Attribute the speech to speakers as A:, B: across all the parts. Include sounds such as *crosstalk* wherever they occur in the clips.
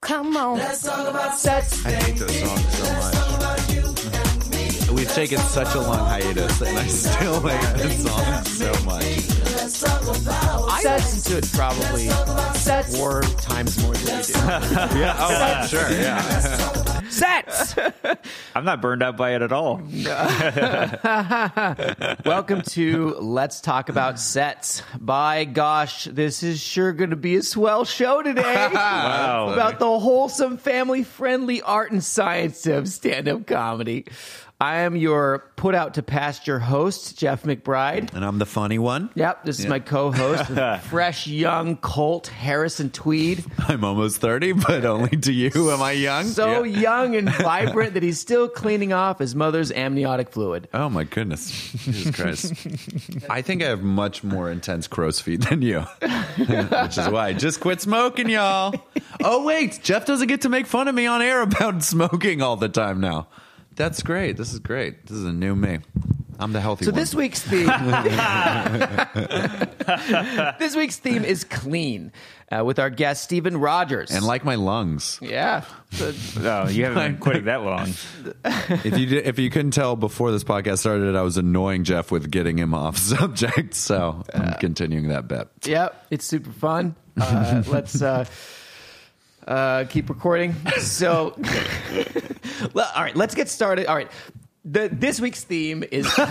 A: come on. Let's talk about sex.
B: I hate those songs so much. We've taken such a long hiatus, and I still like this song so much.
C: I listen to it probably
A: Sets.
C: four times more than you do.
B: Yeah, oh, I'm sure, yeah.
C: Sets.
D: I'm not burned out by it at all.
C: *laughs* Welcome to Let's Talk About Sets. By gosh, this is sure going to be a swell show *laughs* today.
D: Wow.
C: about the wholesome, family friendly art and science of stand up comedy. I am your put out to pasture host, Jeff McBride.
B: And I'm the funny one.
C: Yep, this is my co host, fresh young Colt Harrison Tweed.
B: I'm almost 30, but only to you am I young.
C: So
B: Yeah.
C: young and vibrant that he's still cleaning off his mother's amniotic fluid.
B: Oh my goodness. Jesus
C: *laughs*
B: Christ. I think I have much more intense crow's feet than you, *laughs* which is why I just quit smoking, y'all. Oh, wait. Jeff doesn't get to make fun of me on air about *laughs* smoking all the time now. That's great. This is great. This is a new me. I'm the healthy
C: So
B: one.
C: this week's theme, *laughs* this week's theme is clean, uh, with our guest Stephen Rogers.
B: and like my lungs.
C: yeah, So
D: No, you haven't
C: *laughs*
D: been quitting that long.
B: If you did, if you couldn't tell before this podcast started, I was annoying Jeff with getting him off *laughs* subject. So I'm continuing that bet.
C: Yep, it's super fun. Uh, *laughs* let's uh, uh, keep recording. So, *laughs* well, all right, let's get started. All right, the, this week's theme
B: *laughs*
C: is clean. *laughs*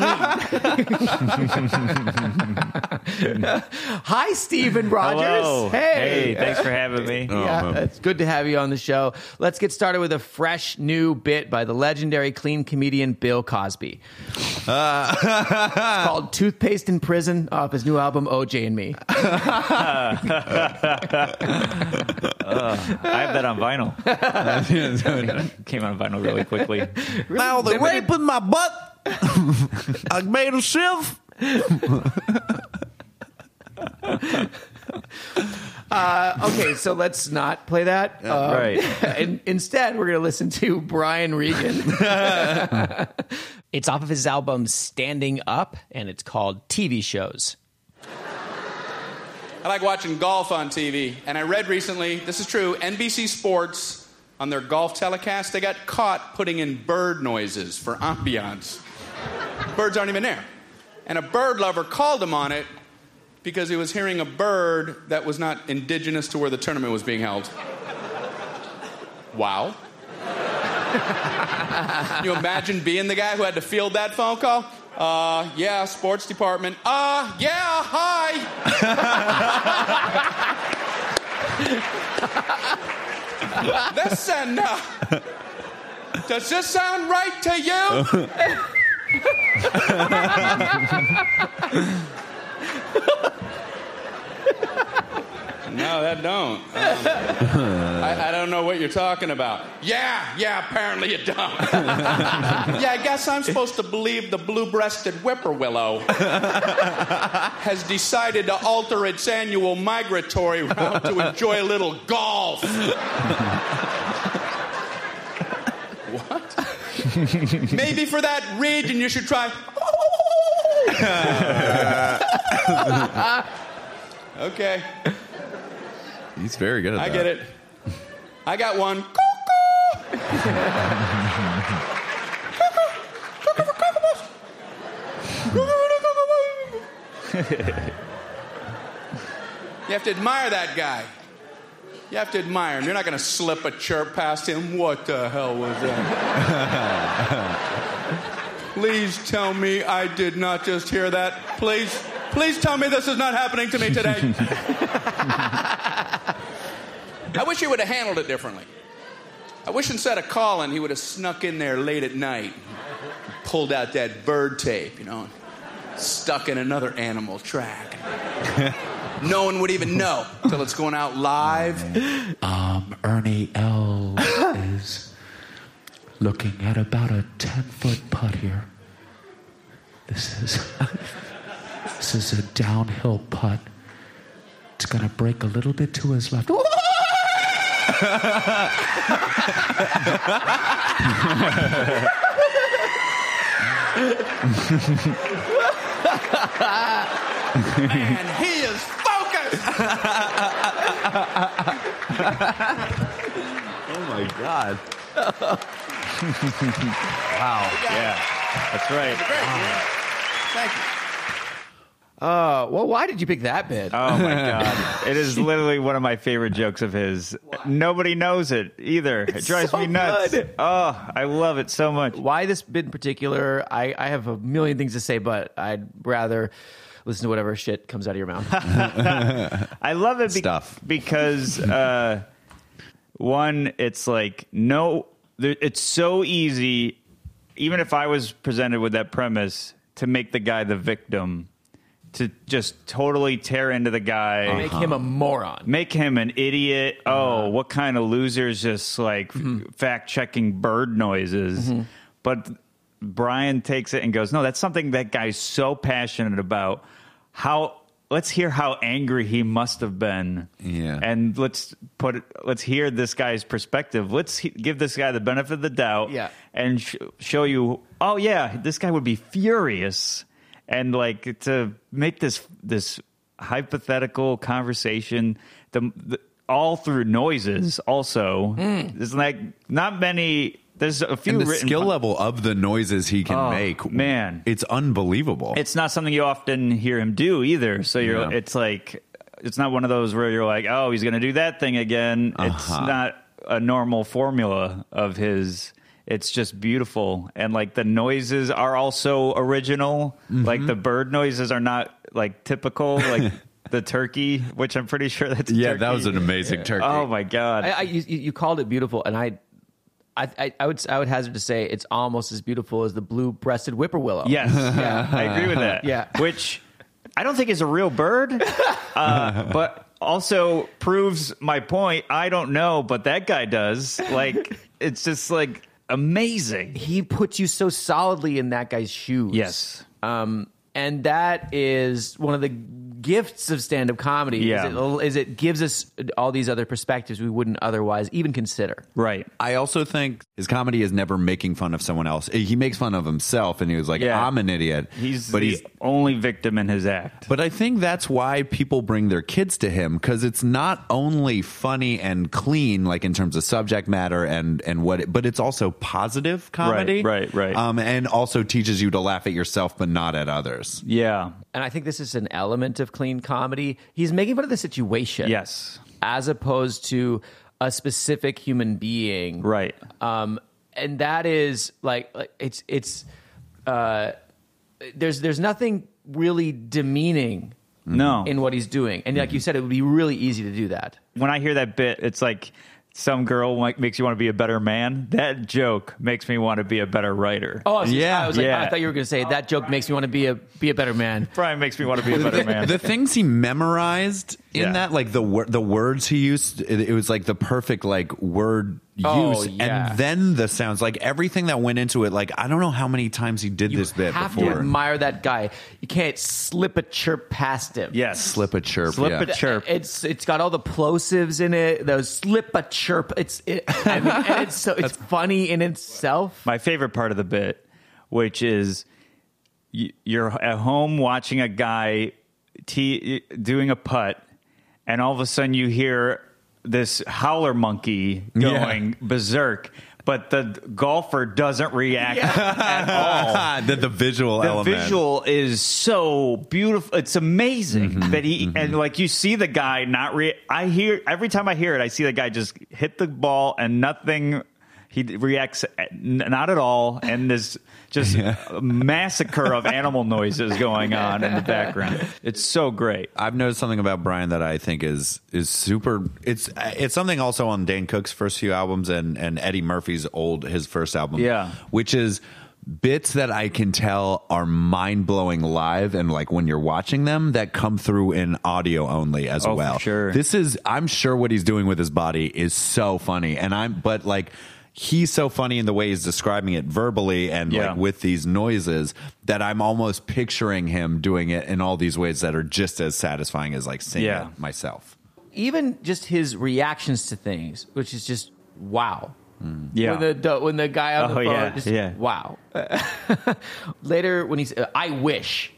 C: Hi, Stephen Rogers.
D: Hello.
C: Hey.
D: thanks for having
C: *laughs*
D: me.
B: Oh,
C: Yeah,
B: man.
C: it's good to have you on the show. Let's get started with a fresh new bit by the legendary clean comedian Bill Cosby.
B: Uh, *laughs*
C: it's called Toothpaste in Prison off his new album OJ and Me.
D: I have that on
C: *laughs*
D: vinyl. Came on vinyl really quickly.
C: Um,
B: Now the rape in my butt. *laughs* I made a shiv.
C: Okay, so let's not play that. Uh, *laughs*
D: right.
C: in, instead, we're going to listen to Brian Regan. it's off of his album Standing Up, and it's called TV Shows.
E: I like watching golf on TV, and I read recently, this is true, NBC Sports on their golf telecast, they got caught putting in bird noises for ambiance. Birds aren't even there. And a bird lover called him on it because he was hearing a bird that was not indigenous to where the tournament was being held. Wow. *laughs* Can you imagine being the guy who had to field that phone call? Uh, yeah, sports department. Uh, yeah, hi. Listen, uh, does this sound right to you? no, that don't. Um, I, I don't know what you're talking about. Yeah, yeah, apparently you don't. yeah, I guess I'm supposed to believe the blue-breasted whippoorwillow has decided to alter its annual migratory route to enjoy a little golf. What? Maybe for that region you should try. okay,
B: He's very good at
E: I
B: that.
E: get it. I got one. You have to admire that guy. You have to admire him. You're not going to slip a chirp past him. What the hell was that? Please tell me I did not just hear that. Please, please tell me this is not happening to me today. I wish he would have handled it differently. I wish instead of calling, he would have snuck in there late at night, pulled out that bird tape, you know, and stuck in another animal track. no one would even know until it's going out live.
F: Um, Ernie L is looking at about a 10 foot putt here. This is *laughs* this is a downhill putt. It's gonna break a little bit to his left.
E: And he is focused.
B: my god. wow.
D: Yeah, that's right.
E: Thank you.
C: Uh, well, why did you pick that bit?
D: Oh my
C: *laughs*
D: god, it is literally one of my favorite jokes of his. Nobody knows it either. it drives
C: so
D: me nuts.
C: good.
D: Oh, I love it so much.
C: why this bit in particular? I, I have a million things to say, but I'd rather listen to whatever shit comes out of your
D: *laughs*
C: mouth.
D: I love it be-
B: Stuff.
D: because uh, one, it's like no, there, it's so easy. Even if I was presented with that premise to make the guy the victim, to just totally tear into the guy,
C: Make him a moron.
D: make him an idiot. Oh, what kind of losers just like fact checking bird noises? But Brian takes it and goes, No, that's something that guy's so passionate about. How let's hear how angry he must have been.
B: Yeah.
D: And let's put it, let's hear this guy's perspective. Let's he, give this guy the benefit of the doubt
C: Yeah.
D: and sh- show you, oh yeah, this guy would be furious, and like to make this this hypothetical conversation, the, the all through noises. Also, there's like not many. There's a few
B: Hmm. And the
D: written
B: skill
D: pun-
B: level of the noises he can
D: Oh,
B: make,
D: man.
B: it's unbelievable.
D: It's not something you often hear him do either. So you're,
B: Yeah.
D: it's like, it's not one of those where you're like, oh, he's going to do that thing again. It's
B: Uh-huh.
D: not a normal formula of his. It's just beautiful, and like the noises are also original. Like
B: Mm-hmm.
D: the bird noises are not like typical,
B: *laughs*
D: like the turkey, which I'm pretty sure that's a
B: yeah,
D: turkey.
B: that was an amazing turkey.
D: Oh my god!
C: I, I, you, you called it beautiful, and I, I, I, I would, I would hazard to say it's almost as beautiful as the blue-breasted whippoorwillow.
D: Yes, I agree with that.
C: Yeah.
D: which I don't think is a real bird, uh, but also proves my point. I don't know, but that guy does. Like, it's just like amazing.
C: he puts you so solidly in that guy's shoes.
D: Yes.
C: Um, and that is one of the gifts of stand-up comedy.
D: Yeah.
C: Is it, is it gives us all these other perspectives we wouldn't otherwise even consider.
D: Right.
B: I also think his comedy is never making fun of someone else. He makes fun of himself, and he was like,
D: Yeah.
B: "I'm an idiot."
D: He's
B: but
D: the
B: he's
D: only victim in his act.
B: But I think that's why people bring their kids to him because it's not only funny and clean, like in terms of subject matter and and what, it, but it's also positive comedy,
D: right, right.
B: um, and also teaches you to laugh at yourself but not at others.
D: Yeah.
C: And I think this is an element of clean comedy. He's making fun of the situation.
D: Yes.
C: As opposed to a specific human being.
D: Right.
C: um, and that is like like, it's it's uh, there's there's nothing really demeaning
D: No.
C: in what he's doing, and like you said, it would be really easy to do that.
D: when I hear that bit, it's like some girl like, makes you want to be a better man. That joke makes me want to be a better writer.
C: Oh, I was,
B: Yeah,
C: I was like,
D: yeah.
C: I thought you were going to say that joke makes me want to be a be a better man.
D: Brian makes me want to be a better man.
B: The things he memorized in
D: Yeah.
B: that, like the wor- the words he used, it, it was like the perfect like word
C: Oh,
B: use,
C: yeah.
B: and then the sounds, like everything that went into it. Like I don't know how many times he did this
C: You
B: bit
C: have
B: before.
C: to admire that guy. You can't slip a chirp past him.
D: yes.
B: Slip a chirp,
D: Slip
B: yeah.
D: a chirp.
C: It's it's got all the plosives in it. Those slip a chirp. It's it, *laughs* I mean, and it's so it's funny in itself.
D: my favorite part of the bit, which is y- you're at home watching a guy t- doing a putt, and all of a sudden you hear this howler monkey
B: Yeah.
D: going berserk, but the golfer doesn't react at
B: *laughs*
D: all.
B: the, the visual
D: The
B: element.
D: visual is so beautiful. It's amazing that he and like you see the guy not re. I hear every time I hear it, I see the guy just hit the ball and nothing. He reacts at- n- not at all, and this just massacre of animal noises going on in the background. It's so great.
B: I've noticed something about Brian that I think is is super. It's it's something also on Dan Cook's first few albums and and Eddie Murphy's old his first album.
D: Yeah.
B: which is bits that I can tell are mind blowing live and like when you're watching them that come through in audio only as
D: Oh, for
B: well.
D: sure.
B: This is I'm sure what he's doing with his body is so funny, and I'm but like. He's so funny in the way he's describing it verbally and
D: Yeah.
B: like with these noises that I'm almost picturing him doing it in all these ways that are just as satisfying as like seeing
D: Yeah.
B: it myself.
C: even just his reactions to things, which is just wow.
D: Yeah,
C: When the when the guy on the
D: Oh,
C: phone,
D: yeah,
C: just,
D: yeah.
C: wow. *laughs* Later when he's, uh, I wish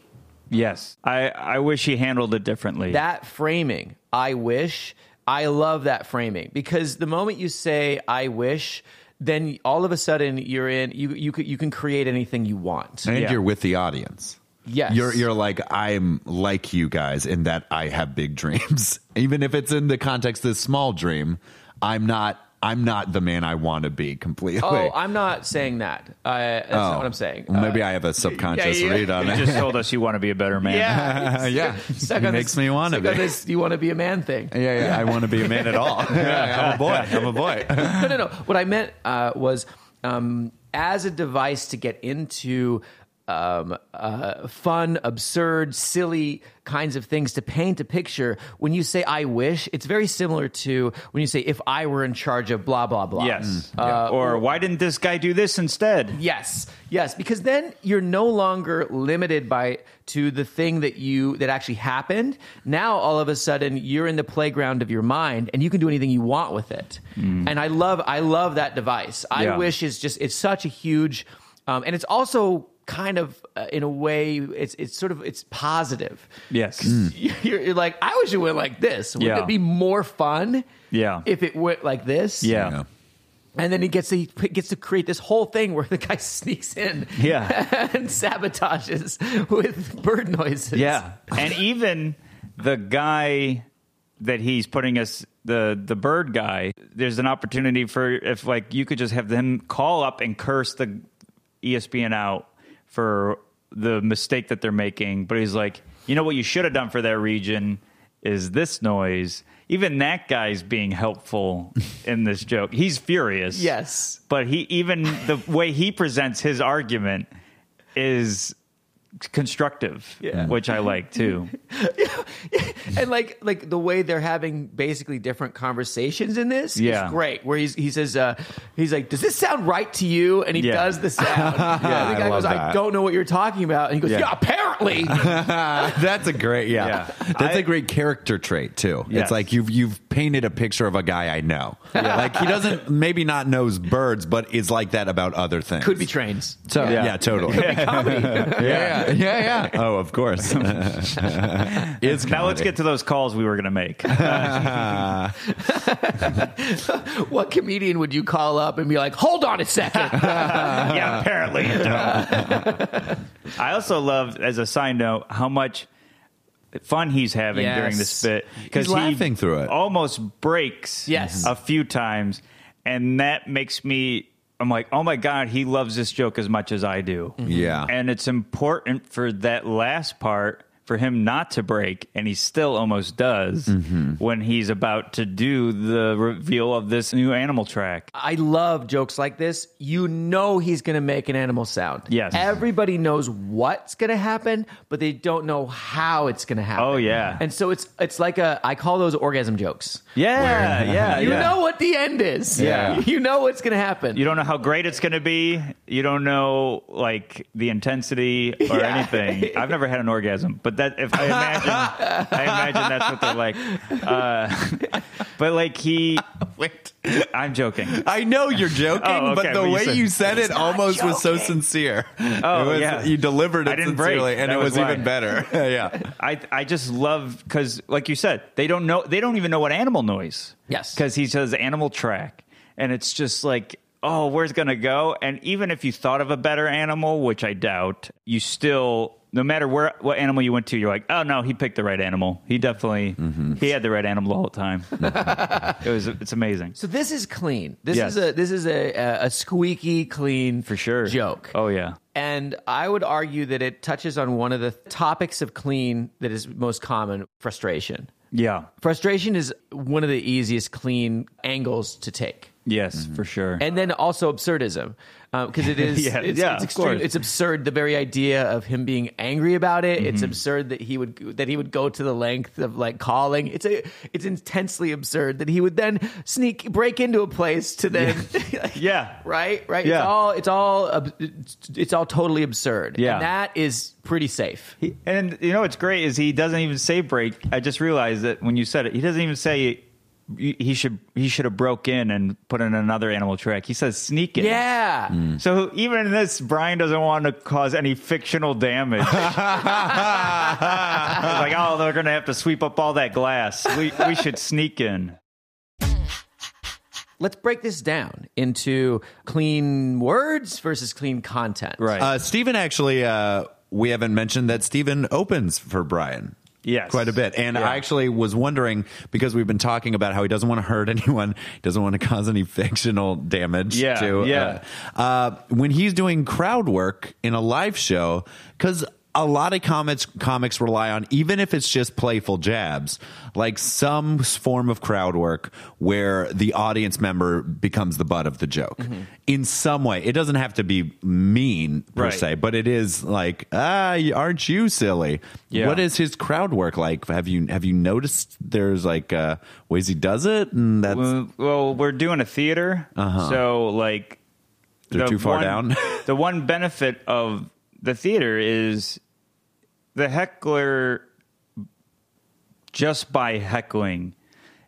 D: yes. I I wish he handled it differently.
C: that framing. I wish. I love that framing because the moment you say "I wish," then all of a sudden you're in you you c- you can create anything you want.
B: and
D: Yeah.
B: you're with the audience.
C: Yes.
B: You're you're like I'm like you guys in that I have big dreams. *laughs* Even if it's in the context of this small dream, I'm not I'm not the man I want to be completely. Oh.
C: Oh,
B: *laughs*
C: I'm not saying that. Uh, that's not what I'm saying. Uh,
B: Maybe *laughs* I have a subconscious
C: *laughs* yeah,
B: *laughs*
C: yeah.
B: read on
C: *laughs*
D: You
B: it.
D: just told us you want to be a better man.
C: yeah,
B: yeah.
C: stuck on
B: Makes
C: this,
B: me wanna
C: stuck on
B: be.
C: this you want to be a man thing.
B: Yeah, yeah, I want to be a man at all. *laughs* Yeah, I'm a boy. I'm a boy.
C: no, no, no. What I meant uh, was um, as a device to get into um, uh, fun, absurd, silly kinds of things to paint a picture. When you say "I wish," it's very similar to when you say "If I were in charge of blah blah Mm. blah."
D: Yes.
C: Uh,
D: or why didn't this guy do this instead?
C: Yes, yes, because then you're no longer limited by to the thing that you that actually happened. Now all of a sudden you're in the playground of your mind, and you can do anything you want with it. And I love, I love that device. I
D: Mm. Yeah.
C: wish is just it's such a huge, um, and it's also kind of uh, in a way it's it's sort of it's positive. *laughs*
D: Yes.
C: You're, you're like, I wish it went like this. Wouldn't
D: Yeah.
C: it be more fun?
D: Yeah.
C: if it went like this.
D: *laughs* Yeah.
C: And then he gets to, he gets to create this whole thing where the guy *laughs* sneaks in,
D: Yeah.
C: *laughs* and sabotages with bird noises.
D: Yeah. and even the guy that he's putting us the the bird guy, there's an opportunity for if like you could just have them call up and curse the E ESPN out for the mistake that they're making, but he's like, "You know what you should have done for that region is this noise." Even that guy's being helpful in this joke. He's furious.
C: Yes.
D: But he even the way he presents his argument is constructive,
C: Yeah.
D: which I like too.
C: and like like the way they're having basically different conversations in this
D: Yeah.
C: is great. Where he's he says uh, he's like, "Does this sound right to you?" And he
D: Yeah.
C: does the *laughs* sound. and
B: I
C: the guy
B: love
C: goes, "I
B: that.
C: don't know what you're talking about," and he goes, "Yeah,
D: Yeah.
B: *laughs*
C: apparently." *laughs*
B: That's a great, yeah.
D: Yeah.
B: That's
D: I-
B: a great character trait too.
D: Yes.
B: It's like you've you've painted a picture of a guy I know. Like he doesn't maybe not knows birds, but is like that about other things.
C: Could be trains.
B: So, yeah. totally. *laughs* yeah. yeah, yeah,
D: *laughs*
B: Oh, of course. it's
D: Now let's get to those calls we were going to make.
C: What comedian would you call up and be like, "Hold on a second.
D: *laughs* yeah, apparently you don't. *laughs* I also love, as a side note, how much fun he's having
C: Yes.
D: during this bit because
B: He's laughing through it.
D: almost breaks
C: Yes.
D: a few times, and that makes me. I'm like, oh my god, he loves this joke as much as I do.
B: Mm-hmm. Yeah.
D: and it's important for that last part for him not to break, and he still almost does
B: Mm-hmm.
D: when he's about to do the reveal of this new animal track.
C: I love jokes like this. You know he's going to make an animal sound.
D: Yes.
C: Everybody knows what's going to happen, but they don't know how it's going to happen.
D: Oh, yeah.
C: And so it's it's like a I call those orgasm jokes.
D: Yeah,
B: *laughs*
D: yeah,
C: You
D: yeah.
C: know what the end is.
B: Yeah.
C: *laughs* You know what's going to happen.
D: you don't know how great it's going to be. You don't know like the intensity or
C: Yeah. *laughs*
D: anything. I've never had an orgasm, but that if I imagine, I imagine that's what they're like. Uh, *laughs* but like
C: *laughs*
D: he,
B: Wait.
D: I'm joking.
B: I know you're joking,
D: Oh, okay,
B: but the
D: well, you
B: way
D: said-
B: you said
D: *laughs*
B: it almost was so sincere. Oh,
D: yeah.
B: You delivered
D: I
B: it
D: didn't break.
B: sincerely, and
D: That
B: it
D: was
B: was,
D: why.
B: even
D: *laughs*
B: better. yeah.
D: I I just love because like you said, they don't know they don't even know what animal noise.
C: Yes.
D: because he says animal track, and it's just like. Oh, where's gonna go? And even if you thought of a better animal, which I doubt, you still, no matter where what animal you went to, you're like, oh no, he picked the right animal. He definitely
C: Mm-hmm.
D: he had the right animal the
C: *laughs*
D: whole time. it was it's amazing.
C: so this is clean. This
D: Yes.
C: is a this is a, a a squeaky clean
D: For sure.
C: joke.
D: Oh yeah.
C: And I would argue that it touches on one of the topics of clean that is most common, frustration.
D: Yeah.
C: Frustration is one of the easiest clean angles to take.
D: Yes, for sure.
C: Mm-hmm. and then also absurdism because
D: *laughs*
C: it is
D: Yeah,
C: it's,
D: yeah,
C: it's,
D: of
C: extreme-
D: course.
C: it's absurd the very idea of him being angry about it
D: Mm-hmm.
C: it's absurd that he would that he would go to the length of like calling it's a it's intensely absurd that he would then sneak break into a place to then *laughs*
D: yeah.
C: right right it's
D: Yeah.
C: all it's all ab- it's, it's all totally absurd
D: Yeah.
C: and that is pretty safe
D: He, and you know what's great is he doesn't even say break. I just realized that when you said it, he doesn't even say he he should he should have broke in and put in another animal track. He says sneak in.
C: yeah
D: So even in this, Brian doesn't want to cause any fictional damage. It's like, oh, they're going to have to sweep up all that glass. We we should sneak in.
C: let's break this down into clean words versus clean content.
D: Right.
B: Uh, Stephen actually, uh, we haven't mentioned that Stephen opens for Brian.
D: Yes.
B: Quite a bit. And
D: Yeah.
B: I actually was wondering because we've been talking about how he doesn't want to hurt *laughs* anyone, doesn't want to cause any fictional damage
D: Yeah,
B: to. uh,
D: yeah.
B: uh, when he's doing crowd work in a live show, because a lot of comics comics rely on even if it's just playful jabs, like some s- form of crowd work where the audience member becomes the butt of the joke
D: Mm-hmm.
B: in some way. It doesn't have to be mean per
D: Right.
B: se, but it is like, ah, y- aren't you silly?
D: Yeah.
B: What is his crowd work like? Have you have you noticed there's like uh, ways he does it, and that's Uh-huh.
D: Well, well, we're doing a theater, so like
B: They're
D: the
B: too far
D: one-
B: down? *laughs*
D: the one benefit of the theater is the heckler, just by heckling,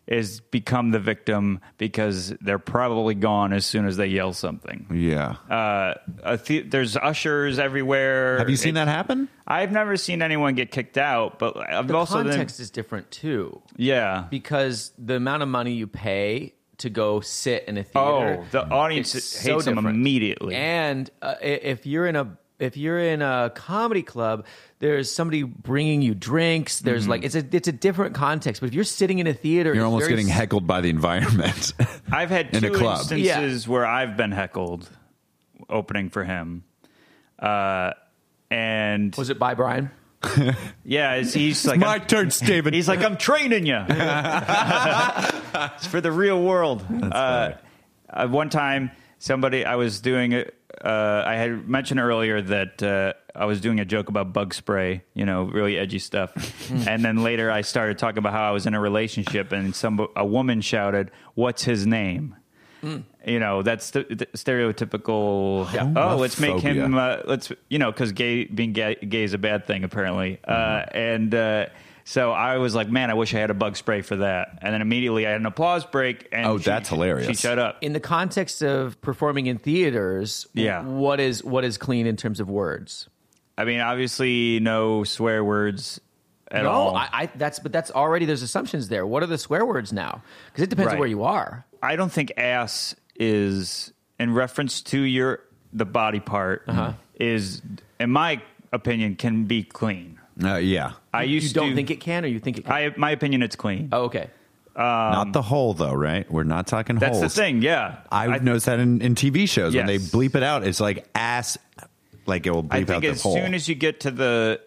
D: is become the victim because they're probably gone as soon as they yell something.
B: yeah.
D: Uh, a the- there's ushers everywhere.
B: have you seen
D: It's-
B: that happen?
D: I've never seen anyone get kicked out, but I've
C: The
D: also been-
C: context is different too.
D: yeah.
C: because the amount of money you pay to go sit in a theater,
D: Oh, the audience
C: it's so
D: hates them
C: different.
D: immediately.
C: And uh, i- if you're in a if you're in a comedy club, there's somebody bringing you drinks.
D: Mm-hmm.
C: There's like it's a it's a different context. But if you're sitting in a theater,
B: You're
C: it's
B: almost
C: very
B: getting
C: s-
B: heckled by the environment. *laughs*
D: I've had
B: In a
D: two
B: club.
D: instances where I've been heckled opening for him. Uh, and
C: Was it by Brian?
D: yeah, it's, he's like,
B: My
D: I'm-
B: turn, Steven.
D: he's like, I'm
B: *laughs*
D: training you. it's for the real world. Uh, uh, one time, somebody I was doing. a- Uh, I had mentioned earlier that uh, I was doing a joke about bug spray, you know, really edgy
B: *laughs*
D: stuff. and then later, I started talking about how I was in a relationship, and some a woman shouted, "What's his name?"
B: Hmm.
D: You know, that's the, the stereotypical. Oh, let's make him. Uh, let's you know, because gay being gay, gay is a bad thing apparently.
C: Mm-hmm.
D: Uh, and uh, so I was like, man, I wish I had a bug spray for that. And then immediately I had an applause break. And
B: Oh,
D: she-
B: that's hilarious.
D: She shut up.
C: In the context of performing in theaters, w-
D: Yeah.
C: what is what is clean in terms of words?
D: I mean, obviously, no swear words at
C: no,
D: all.
C: I,
D: I,
C: I that's but that's already there's assumptions there. What are the swear words now? Because it depends on
D: Right.
C: where you are.
D: don't think ass is in reference to your the body part
C: Uh-huh.
D: is, in my opinion, can be clean.
B: Uh, yeah.
D: I used
C: You don't
D: to
C: think it can, or you think it can?
D: I, my opinion, it's clean.
C: oh, okay.
B: Not the whole, though, right? We're not talking
D: That's
B: holes.
D: the thing. Yeah,
B: I've noticed that in, in TV shows when they
D: Yes.
B: bleep it out, it's like ass, like it will bleep
D: I think
B: out the
D: as
B: hole.
D: soon as you get to the,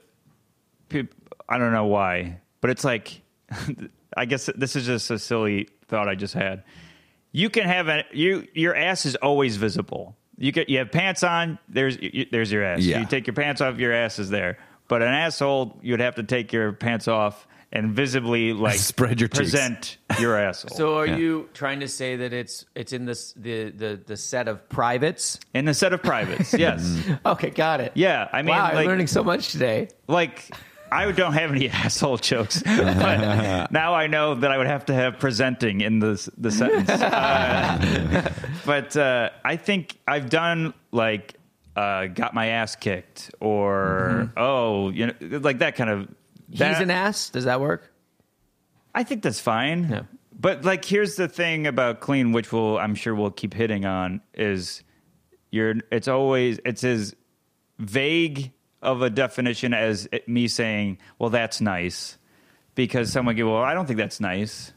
D: peop- I don't know why, but it's like, *laughs* I guess this is just a silly thought I just had. You can have a you your ass is always visible. You get you have pants on. There's you, there's your ass.
B: Yeah.
D: You take your pants off. Your ass is there. But an asshole, you'd have to take your pants off
B: *laughs*
D: and visibly like
B: Spread your cheeks.
D: present
C: *laughs*
D: your asshole.
C: So are you trying to say that it's it's in this the the the set of privates?
D: in a set
B: *laughs*
D: of privates, yes,
B: Mm-hmm.
C: Okay, got it.
D: yeah. I mean,
C: wow,
D: like,
C: I'm learning so much today.
D: like I don't have any *laughs* asshole jokes, but now I know that I would have to have presenting in the
C: *laughs*
D: the sentence. Uh, *laughs* but uh, I think I've done like uh, got my ass kicked, or oh, you know, like that kind of.
C: Mm-hmm. He's
D: that-
C: an ass. Does that work?
D: I think that's fine.
C: Yeah.
D: But like, here's the thing about clean, which we'll I'm sure we'll keep hitting on is you're. It's always it's as vague of a definition as it, me saying, "Well, that's nice," because someone go, "Well, I don't think that's nice."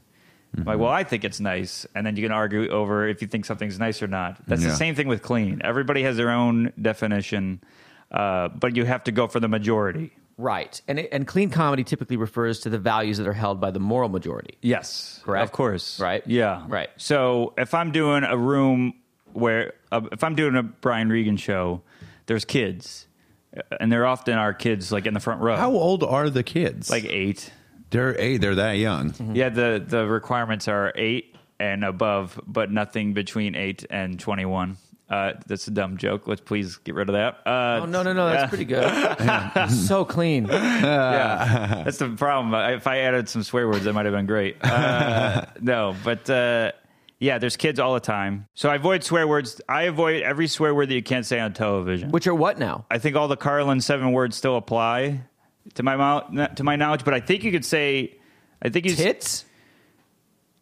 D: I'm Like, well, I think it's nice, and then you can argue over if you think something's nice or not. That's
B: Yeah.
D: the same thing with clean. Everybody has their own definition, uh, but you have to go for the majority.
C: Right. And it, and clean comedy typically refers to the values that are held by the moral majority.
D: Yes.
C: Correct?
D: Of course.
C: Right?
D: Yeah.
C: Right.
D: So if I'm doing a room where, uh, if I'm doing a Brian Regan show, there's kids, uh, and there often are kids like in the front row.
B: How old are the kids?
D: Like eight.
B: they're hey, they're that young.
C: Mm-hmm.
D: Yeah. The the requirements are eight and above, but nothing between eight and twenty one. Uh, that's a dumb joke. Let's please get rid of that. Uh,
C: Oh no no no, that's pretty good. *laughs* so clean.
D: yeah, that's the problem. I- If I added some swear words, that might have been great. Uh, no, but uh, yeah, there's kids all the time, so I avoid swear words. I avoid every swear word that you can't say on television.
C: Which are what now?
D: I think all the Carlin seven words still apply to my mou- to my knowledge, but I think you could say, I think you s-
C: Tits?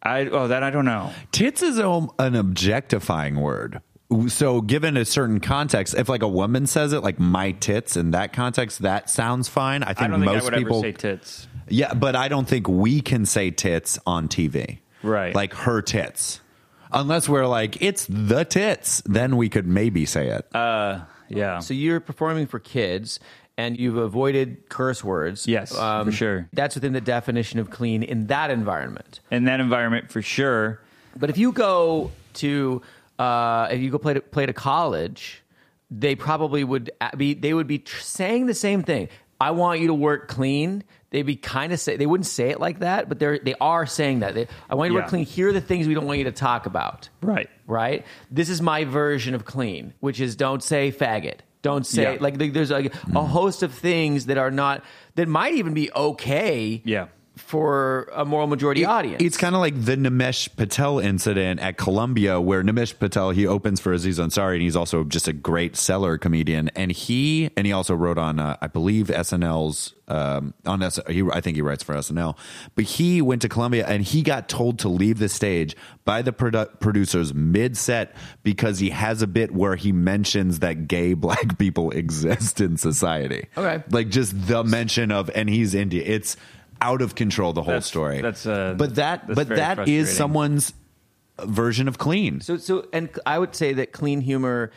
D: I oh that I don't know.
B: Tits is a, an objectifying word. So, given a certain context, if like a woman says it, like my tits, in that context, that sounds fine. I think
D: I don't think I
B: most
D: would
B: people,
D: ever say tits.
B: yeah, but I don't think we can say tits on TV,
D: Right.
B: Like her tits, unless we're like it's the tits, then we could maybe say it.
D: Yeah.
C: So you're performing for kids and you've avoided curse words. Um,
D: Yes, for sure.
C: That's within the definition of clean in that environment.
D: in that environment for sure.
C: But if you go to uh, if you go play to play to college, they probably would a- be they would be tr- saying the same thing. I want you to work clean. They'd be kind of say they wouldn't say it like that, but they're they are saying that. They, I want you to
D: Yeah.
C: work clean. Here are the things we don't want you to talk about.
D: Right.
C: Right. This is my version of clean, which is don't say faggot. Don't say
D: Yeah. Mm.
C: like there's like a host of things that are not that might even be okay.
D: Yeah.
C: For a moral majority audience,
B: It's kind of like the Nimesh Patel incident at Columbia, where Nimesh Patel he opens for Aziz Ansari, and he's also just a great seller comedian. And he and he also wrote on, uh, I believe, SNL's um, on S- he, I think he writes for SNL, but he went to Columbia and he got told to leave the stage by the produ- producers mid set because he has a bit where he mentions that gay *laughs* black people exist in society.
C: Okay.
B: like just the mention of, and he's India. It's out of control the whole
D: That's-
B: story.
D: that's, uh,
B: but that
D: that's
B: but
D: very
B: that
D: frustrating.
B: is someone's version of clean. *laughs*
C: So, so, and I would say that clean humor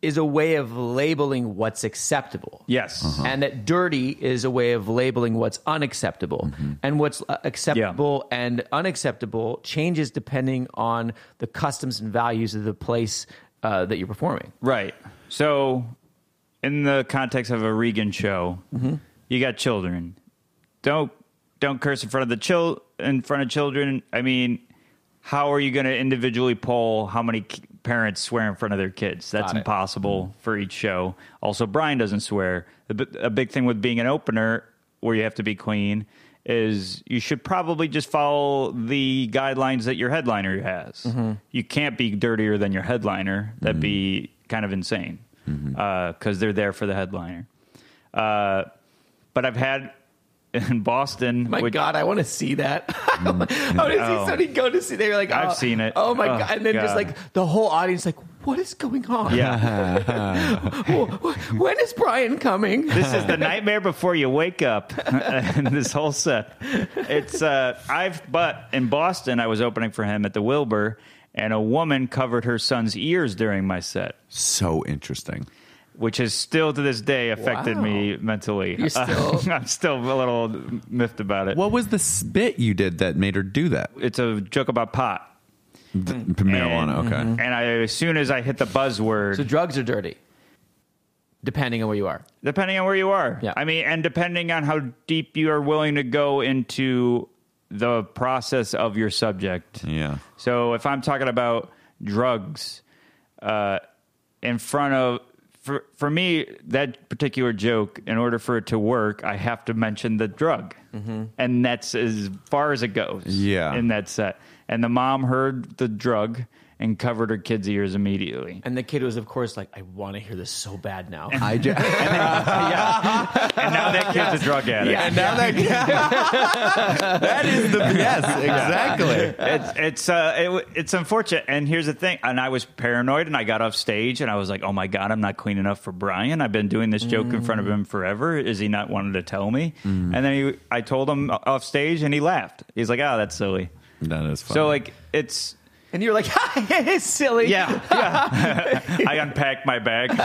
C: is a way of labeling what's acceptable.
D: Yes.
C: And that dirty is a way of labeling what's unacceptable.
D: Mm-hmm.
C: And what's uh, acceptable and unacceptable changes depending on the customs and values of the place uh, that you're performing.
D: Right. So, in the context of a Regan show, you got children. Don't don't curse in front of the chil in front of children. I mean, how are you going to individually poll how many k- parents swear in front of their kids? That's
C: Got it. Mm-hmm.
D: impossible for each show. Also, Brian doesn't swear. A bi- A big thing with being an opener where you have to be clean is you should probably just follow the guidelines that your headliner has.
C: Mm-hmm.
D: You can't be dirtier than your headliner. That'd be
C: Mm-hmm.
D: kind of insane because they're there for the headliner. Uh, but I've had *laughs* in Boston.
C: My
D: which-
C: God, I want to see that. *laughs* I want to see
D: Oh.
C: somebody go to see. They're like,
D: I've
C: oh,
D: seen it.
C: Oh my
D: Oh,
C: God. And then just
D: God.
C: like the whole audience, like, what is going on? *laughs*
D: Yeah.
C: when is Brian coming?
D: this is the nightmare before you
C: *laughs*
D: wake up *laughs* and this whole set it's uh i've but in boston i was opening for him at the wilbur and a woman covered her son's ears during my set
B: So interesting.
D: which has still to this day affected
C: Wow.
D: me mentally *laughs*
C: You're still-
D: i'm still a little miffed about it
B: What was the spit you did that made her do that?
D: it's a joke about pot
B: Marijuana.
D: And- mm-hmm.
B: Okay.
D: and i as soon as i hit the buzzword
C: So drugs are dirty, depending on where you are.
D: depending on where you are.
C: Yeah.
D: I mean, and depending on how deep you are willing to go into the process of your subject.
B: Yeah.
D: So if I'm talking about drugs, uh, in front of for for me that particular joke, in order for it to work, I have to mention the drug, and that's as far as it goes.
B: Yeah.
D: in that set, and the mom heard the drug and covered her kid's ears immediately.
C: And the kid was, of course, like, I want to hear this so bad now.
B: I ju- *laughs*
D: *laughs* And now that kid's a drug addict.
B: and now that that is
D: *laughs*
B: the yes exactly.
D: it's it's uh it, w- it's unfortunate and here's the thing and i was paranoid and i got off stage and i was like oh my god i'm not clean enough for brian i've been doing this joke in
B: Mm.
D: front of him forever is he not wanting to tell me and then he, i told him off stage and he laughed he's like oh that's silly
B: That is funny.
D: so like it's
C: and you're like, *laughs* it's silly.
D: yeah, *laughs* yeah. I unpacked
B: *laughs*
D: my bag. oh,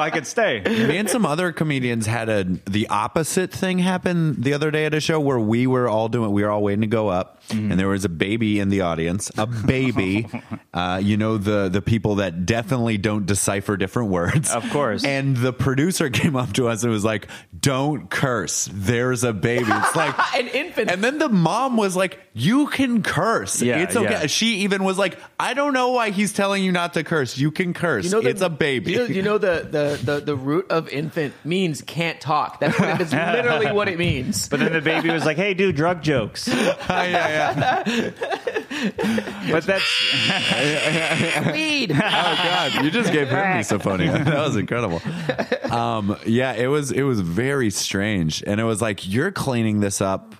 D: I could stay.
B: Me and some other comedians had a the opposite thing happen the other day at a show where we were all doing we were all waiting to go up and there was a baby in the audience a baby uh, you know the the people that definitely don't decipher different words
D: Of course.
B: and the producer *laughs* came up to us and was like don't curse there's a baby it's like
C: *laughs* An infant.
B: and then the mom was like you can curse
D: Yeah,
B: it's okay
D: yeah.
B: she even was like I don't know why he's telling you not to curse you can curse it's a baby
C: You know, you know the, the, the, the root of infant means can't talk. That's, what,
D: *laughs*
C: that's literally what it means.
D: But then the baby was like, "Hey, do drug
B: *laughs*
D: jokes."
B: yeah yeah
D: But that's *laughs*
C: Weed.
B: oh god you just gave him misophonia that was incredible um yeah it was it was very strange and it was like you're cleaning this up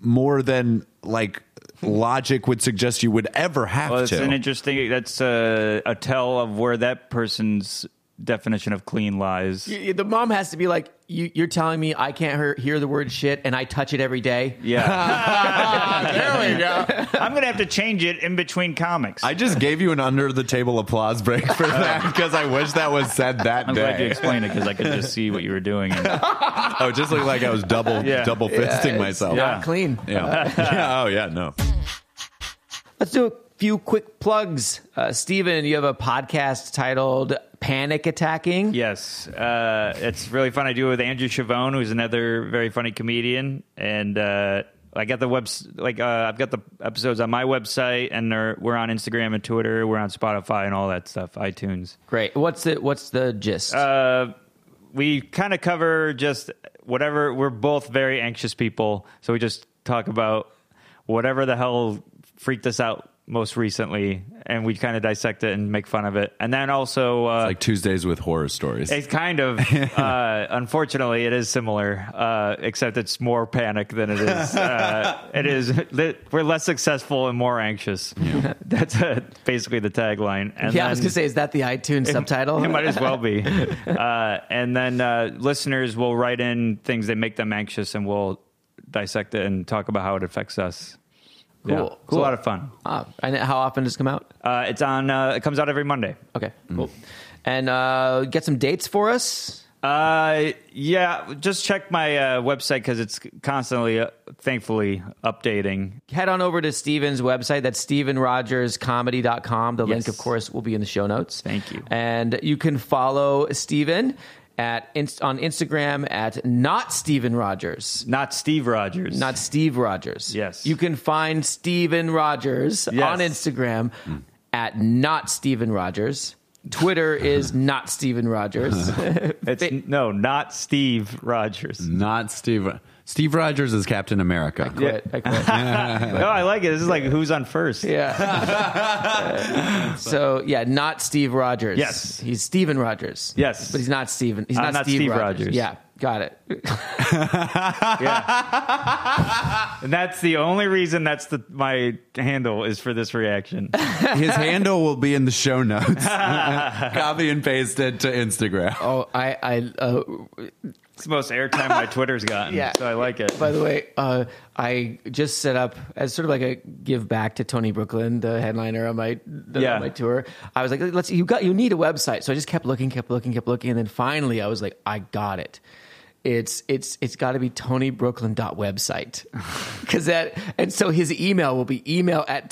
B: more than like logic would suggest you would ever have
D: Well, it's
B: to.
D: an interesting. That's a, a tell of where that person's definition of clean lies.
C: Y- y- The mom has to be like, you, "You're telling me I can't hear, hear the word shit, and I touch it every day."
D: *laughs* Yeah. there we go. I'm gonna have to change it in between comics.
B: I just gave you an under the table applause break
D: *laughs*
B: for that because I wish that was said that
D: am glad
B: *laughs*
D: you
B: day.
D: explained it because I could just see what you were doing. And,
B: Oh, it just looked like I was double
D: *laughs* Yeah.
B: double fisting
C: it's
B: myself.
C: not
D: Yeah.
C: clean.
B: Yeah. *laughs* yeah. Oh yeah. No.
C: Let's do a few quick plugs. Uh, Steven, you have a podcast titled "Panic Attacking."
D: *laughs* Yes, uh, it's really fun. I do it with Andrew Chavone, who's another very funny comedian, and uh, I got the webs like uh, I've got the episodes on my website, and they're, we're on Instagram and Twitter, we're on Spotify and all that stuff, iTunes.
C: Great. What's the What's the gist?
D: Uh, we kind of cover just whatever. We're both very anxious people, so we just talk about whatever the hell freaked us out most recently, and we kind of dissect it and make fun of it, and then also uh,
B: Like Tuesdays with horror stories.
D: it's kind of. Uh, unfortunately, it is similar, uh, except it's more panic than it is. Uh, it is. We're less successful and more anxious. *laughs* That's uh, basically the tagline. And
C: yeah, I was
D: then-
C: gonna say, is that the iTunes subtitle?
D: *laughs* it might as
C: *laughs*
D: well be. Uh, and then uh, listeners will write in things that make them anxious, and we'll dissect it and talk about how it affects us.
C: Cool,
D: It's a
C: cool.
D: lot of fun.
C: Ah, and how often does it come out?
D: Uh, it's on. Uh, it comes out every Monday.
C: Okay,
D: Mm.
C: cool. And uh, get some dates for us.
D: Uh, yeah, just check my uh, website because it's constantly, uh, thankfully, updating.
C: Head on over to Steven's website. That's StevenRogersComedy.com. The link,
D: Yes.
C: of course, will be in the show notes.
D: Thank you.
C: And you can follow Steven at inst- on Instagram at not Steven Rogers.
D: Not Steve Rogers.
C: Not Steve Rogers.
D: Yes.
C: You can find Steven Rogers
D: Yes. Hmm.
C: on Instagram at not Steven Rogers.
D: *laughs*
C: Twitter is not Steven Rogers.
D: It's,
C: Fa-
D: no, not Steve Rogers.
B: Not Steve. Steve Rogers is Captain America.
C: Quit. I quit.
D: Oh, I like it. This is like who's on first. *laughs*
C: Yeah. Uh, so yeah, not Steve Rogers.
D: Yes.
C: he's Steven Rogers.
D: Yes.
C: but he's not Steven. He's
D: I'm
C: not,
D: Uh, not
C: Steve,
D: Steve
C: Rogers.
D: Rogers.
C: Yeah, got it.
D: And that's the only reason that's the my handle is for this reaction.
C: *laughs*
B: His handle will be in the show notes. Copy and paste it to Instagram.
C: Oh, I, I. Uh,
D: It's the most airtime my Twitter's
C: *laughs*
D: gotten.
C: Yeah.
D: So I like it.
C: by the way, uh, I just set up as sort of like a give back to Tony Brooklyn, the headliner on my the,
D: Yeah.
C: on my tour. I was like, let's. You got. You need a website. So I just kept looking, kept looking, kept looking, and then finally, I was like, I got it. It's it's it's got to be tonybrooklyn.website. *laughs* Because that, and so his email will be email at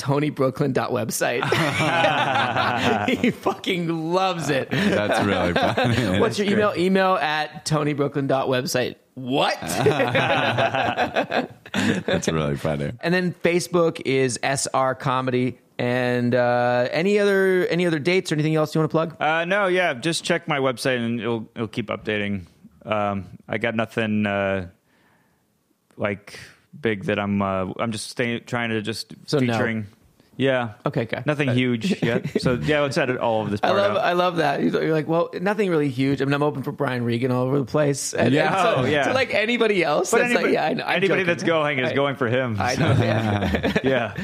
C: tonybrooklyn.website. *laughs* he fucking loves it.
B: That's
C: *laughs*
B: really funny.
C: What's your email? Email at tonybrooklyn.website. What?
B: That's really funny.
C: and then Facebook is SR Comedy. And uh, any other any other dates or anything else you want to plug?
D: Uh, no, yeah, just check my website and it'll it'll keep updating. Um, I got nothing uh, like big that I'm uh, I'm just staying trying to just
C: So no.
D: featuring. Yeah.
C: Okay, okay.
D: Nothing
C: *laughs*
D: huge yet. So yeah, let's edit all of this
C: I
D: part
C: love
D: out.
C: I love that. You're like, well, nothing really huge. I mean, I'm open for Brian Regan all over the place. And,
B: Yeah.
C: and so,
D: Oh, yeah.
C: To like anybody else, that's
D: anybody,
C: like, yeah, I know, I'm
D: anybody
C: joking.
D: that's going is
C: I-
D: going for him.
C: I know, yeah. *laughs*
D: yeah.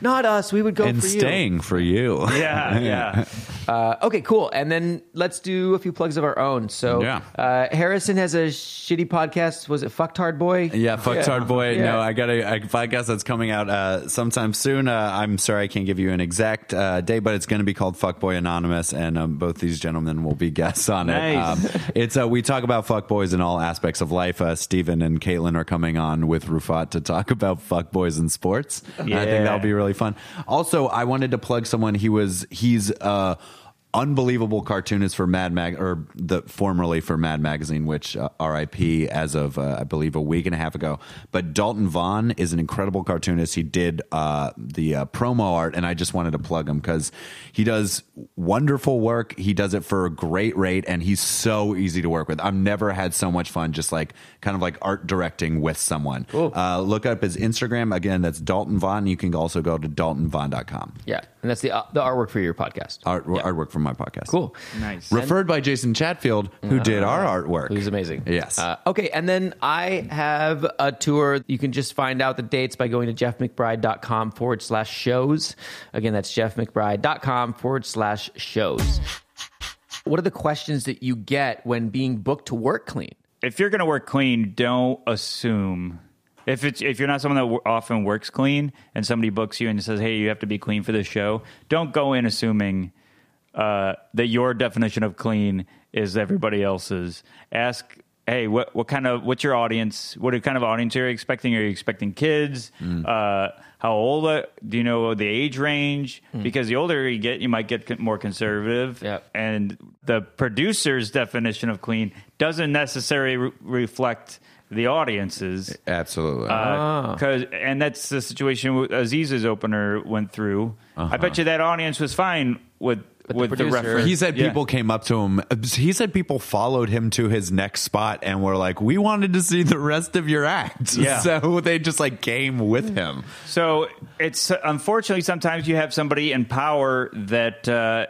C: Not us. We would go
B: And
C: for you.
B: staying for you.
C: *laughs*
D: Yeah. Yeah.
C: Uh, okay, cool. And then let's do a few plugs of our own. So
B: Yeah.
C: uh, Harrison has a shitty podcast. Was it Fucked Hard Boy?
B: *laughs* Yeah, fuck hard boy.
C: Yeah.
B: No, I got a, a podcast that's coming out uh, sometime soon. Uh, I'm sorry I can't give you an exact uh, day, but it's going to be called Fuckboy Anonymous, and um, both these gentlemen will be guests on
D: Nice.
B: it. Um, it's uh, we talk about fuckboys in all aspects of life. Uh, Steven and Caitlin are coming on with Rufat to talk about fuckboys in sports. And I think
D: Yeah.
B: that'll be really fun. Also, I wanted to plug someone. He was he's. Uh, Unbelievable cartoonist for Mad Mag or the formerly for Mad Magazine, which uh, RIP as of uh, I believe a week and a half ago. But Dalton Vaughn is an incredible cartoonist. He did uh, the uh, promo art, and I just wanted to plug him because he does wonderful work. He does it for a great rate, and he's so easy to work with. I've never had so much fun just like kind of like art directing with someone. Uh, look up his Instagram again. That's Dalton Vaughn. You can also go to daltonvaughn.com.
C: Yeah, and that's the the uh, artwork for your podcast.
B: Art, Artwork from my podcast.
C: Cool.
D: Nice.
B: Referred by Jason Chatfield, who did our artwork.
C: It was amazing.
B: Yes.
C: Uh, okay, and then I have a tour. You can just find out the dates by going to jeffmcbride.com forward slash shows. Again, that's jeffmcbride.com forward slash shows. What are the questions that you get when being booked to work clean?
D: if you're going to work clean, don't assume. If it's if you're not someone that w- often works clean, and somebody books you and says, "Hey, you have to be clean for this show," don't go in assuming uh, that your definition of clean is everybody else's. Ask, "Hey, what what kind of what's your audience? What kind of audience are you expecting? Are you expecting kids? Uh, how old? Are, do you know the age range? Because the older you get, you might get con- more conservative,
C: Yep.
D: and the producer's definition of clean doesn't necessarily re- reflect the audience's
C: Eh,
B: Absolutely.
C: uh, ah.
D: because and that's the situation with Aziz's opener went through. I bet you that audience was fine with with the,
C: Uh-huh. producer-
D: reference.
B: he said
D: Yeah.
B: people came up to him. He said people followed him to his next spot and were like, "We wanted to see the rest of your act." *laughs*
D: Yeah.
B: So they just like came with him.
D: So it's unfortunately sometimes you have somebody in power that uh,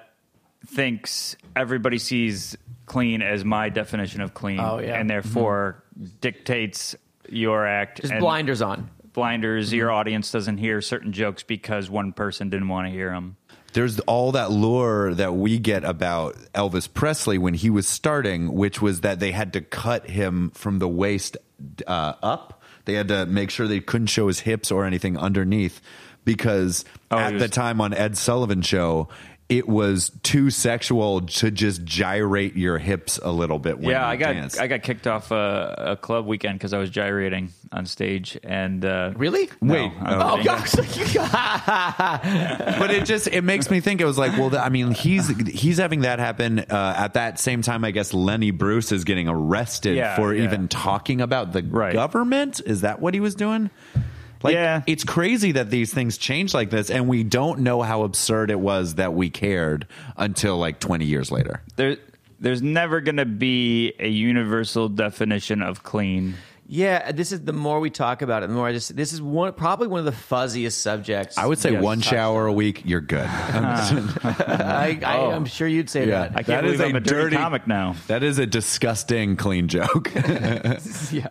D: thinks everybody sees clean as my definition of clean,
C: Oh, yeah. Mm-hmm.
D: and therefore dictates your act.
C: Just
D: and-
C: blinders on.
D: blinders. Your
B: Mm-hmm.
D: audience doesn't hear certain jokes because one person didn't want to hear them.
B: there's all that lore that we get about Elvis Presley when he was starting, which was that they had to cut him from the waist uh, up. They had to make sure they couldn't show his hips or anything underneath because
D: Oh, he
B: at
D: was-
B: the time on Ed Sullivan show, it was too sexual to just gyrate your hips a little bit. When
D: yeah,
B: you
D: I got
B: danced.
D: I got kicked off a, a club weekend because I was gyrating on stage and uh,
C: Really?
B: Wait,
D: I'm
B: oh,
C: Oh, *laughs*
D: kidding.
C: gosh.
B: but it just it makes me think. It was like, well, I mean, he's he's having that happen uh, at that same time. I guess Lenny Bruce is getting arrested
D: Yeah,
B: for
D: yeah.
B: even talking about the
D: Right.
B: government. Is that what he was doing? Like,
D: Yeah.
B: it's crazy that these things change like this, and we don't know how absurd it was that we cared until like twenty years later.
D: there, there's never going to be a universal definition of clean.
C: yeah, this is the more we talk about it, the more I just, this is one probably one of the fuzziest subjects.
B: I would say
D: Yes.
B: one shower a week, you're
D: *laughs*
B: good. *laughs*
C: I, I, I'm sure you'd say
B: Yeah.
D: I
C: that.
D: can't
B: That is
D: believe I'm
B: a
D: a dirty,
B: dirty-
D: comic now.
B: that is a disgusting clean joke. *laughs*
C: *laughs* yeah.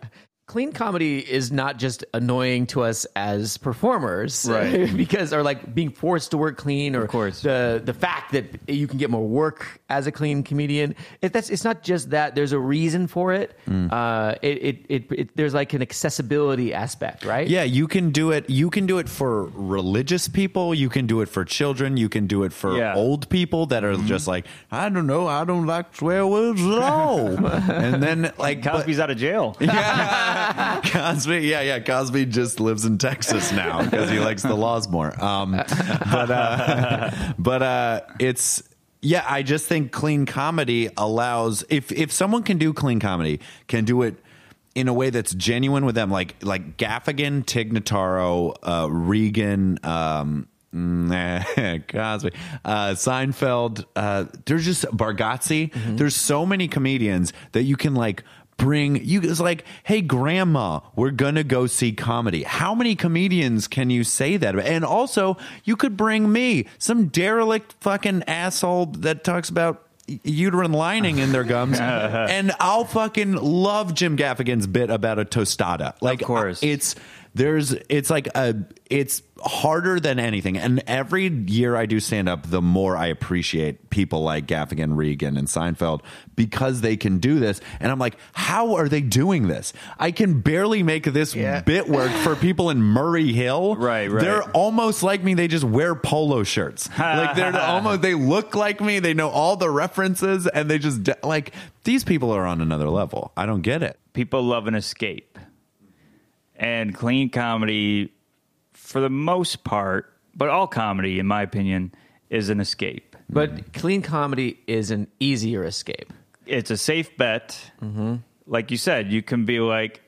C: Clean comedy is not just annoying to us as performers, *laughs*
D: Right.
C: because or like being forced to work clean, or of
D: course.
C: the the fact that you can get more work as a clean comedian. It, that's it's not just that. There's a reason for it.
B: Mm.
C: Uh, it, it, it it there's like an accessibility aspect, right?
B: Yeah, you can do it. You can do it for religious people. You can do it for children. You can do it for
D: Yeah.
B: old people that are just like, I don't know, I don't like swear words at all. and then like but-
D: Cosby's out
B: *laughs*
D: of jail.
B: yeah, Cosby. Yeah, yeah. Cosby just lives in Texas now because he likes the laws more. Um, but uh, *laughs* but uh, it's yeah. I just think clean comedy allows if if someone can do clean comedy, can do it in a way that's genuine with them, like like Gaffigan, Tignataro, uh, Regan. Um, *laughs* Cosby, uh, Seinfeld. Uh, there's just Bargatze. There's so many comedians that you can like bring. You it's like, hey, grandma, we're gonna go see comedy. How many comedians can you say that? about? And also, you could bring me some derelict fucking asshole that talks about uterine lining in their gums and I'll fucking love Jim Gaffigan's bit about a tostada. Like uh,
D: course.
B: I- it's there's it's like a it's harder than anything. And every year I do stand up, the more I appreciate people like Gaffigan, Regan, and Seinfeld because they can do this. And I'm like, how are they doing this? I can barely make this bit work for people in Murray Hill.
D: *laughs* Right, right.
B: They're almost like me. They just wear polo
D: *laughs*
B: shirts. like they're almost they look like me. They know all the references, and they just de- like these people are on another level. I don't get it.
D: people love an escape. And clean comedy, for the most part, but all comedy, in my opinion, is an escape.
C: But clean comedy is an easier escape.
B: Mm.
D: It's a safe bet.
B: Mm-hmm.
D: Like you said, you can be like,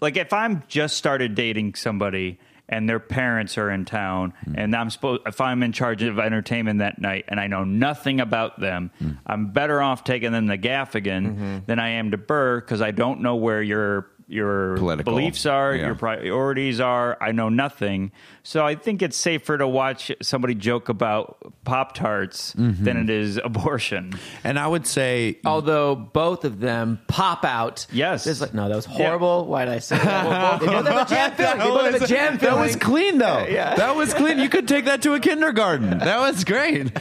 D: like if I'm just started dating somebody and their parents are in town,
B: Mm.
D: and I'm supposed if I'm in charge of entertainment that night and I know nothing about them,
B: Mm. Mm-hmm.
D: I'm better off taking them to Gaffigan than I am to Burr because I don't know where your your
B: Political.
D: beliefs are,
B: Yeah.
D: your priorities are. I know nothing, so I think it's safer to watch somebody joke about Pop Tarts
B: Mm-hmm.
D: than it is abortion.
B: And I would say,
C: Although both of them pop out.
D: Yes.
C: It's like, no, that was horrible. Why did I say that?
B: *laughs*
C: Well, both- they both have a jam filling. They
B: That
C: both have a
B: was-
C: jam
B: that was
C: filling.
B: clean though.
C: yeah.
B: That was clean. You could take that to a kindergarten. That was great.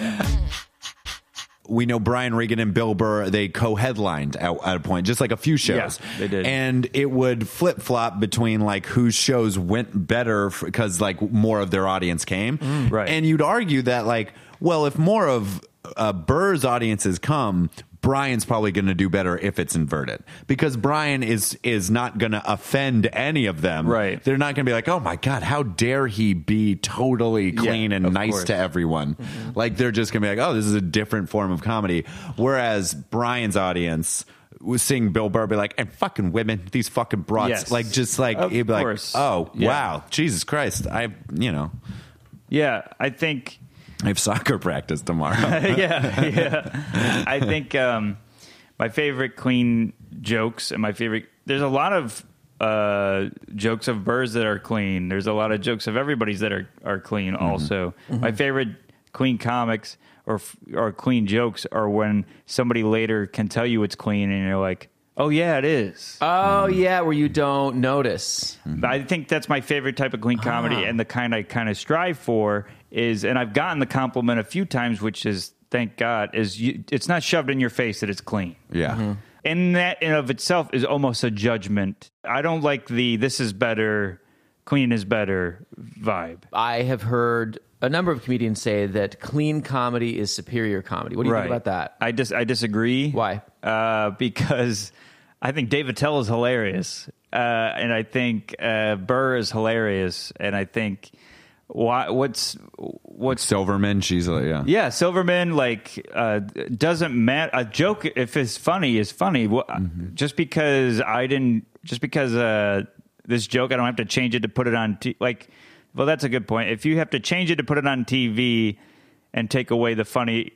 B: We know Brian Regan and Bill Burr, they co headlined at, at a point, just like a few shows.
D: Yeah, they did.
B: And it would flip flop between like whose shows went better because like more of their audience came.
D: Mm. right.
B: And you'd argue that, like, well, if more of uh, Burr's audiences come, Brian's probably going to do better if it's inverted because Brian is is not going to offend any of them.
D: Right.
B: They're not going to be like, oh my God, how dare he be totally clean and
D: of
B: nice
D: course. Mm-hmm.
B: to everyone. Like, they're just going to be like, oh, this is a different form of comedy. Whereas Brian's audience was seeing Bill Burr be like, and fucking women, these fucking brats.
D: Yes.
B: Like, just like,
D: Of
B: he'd be
D: course.
B: like, oh,
D: Yeah.
B: wow, Jesus Christ. I, you know,
D: Yeah, I think *laughs*
B: I have soccer practice tomorrow.
D: yeah, yeah. I think um, my favorite clean jokes and my favorite. There's a lot of uh, jokes of birds that are clean. There's a lot of jokes of everybody's that are are clean. Also, my favorite clean comics or f- or clean jokes are when somebody later can tell you it's clean and you're like. Oh yeah, it is.
C: Oh, yeah, where you don't notice.
D: I think that's my favorite type of clean comedy, and the kind I kind of strive for is, and I've gotten the compliment a few times, which is thank God, is you, it's not shoved in your face that it's clean.
B: yeah.
D: Mm-hmm. And that in of itself is almost a judgment. I don't like the this is better, clean is better vibe.
C: I have heard a number of comedians say that clean comedy is superior comedy. What do you think about that?
D: I dis- I disagree.
C: Why?
D: Uh, because I think Dave Attell is hilarious, uh, and I think uh, Burr is hilarious, and I think why, what's what's
B: Silverman, she's like, yeah.
D: yeah Silverman like uh, doesn't matter. A joke if it's funny is funny. Wha- Just because I didn't, just because uh, this joke, I don't have to change it to put it on. T- like, well, that's a good point. If you have to change it to put it on TV and take away the funniness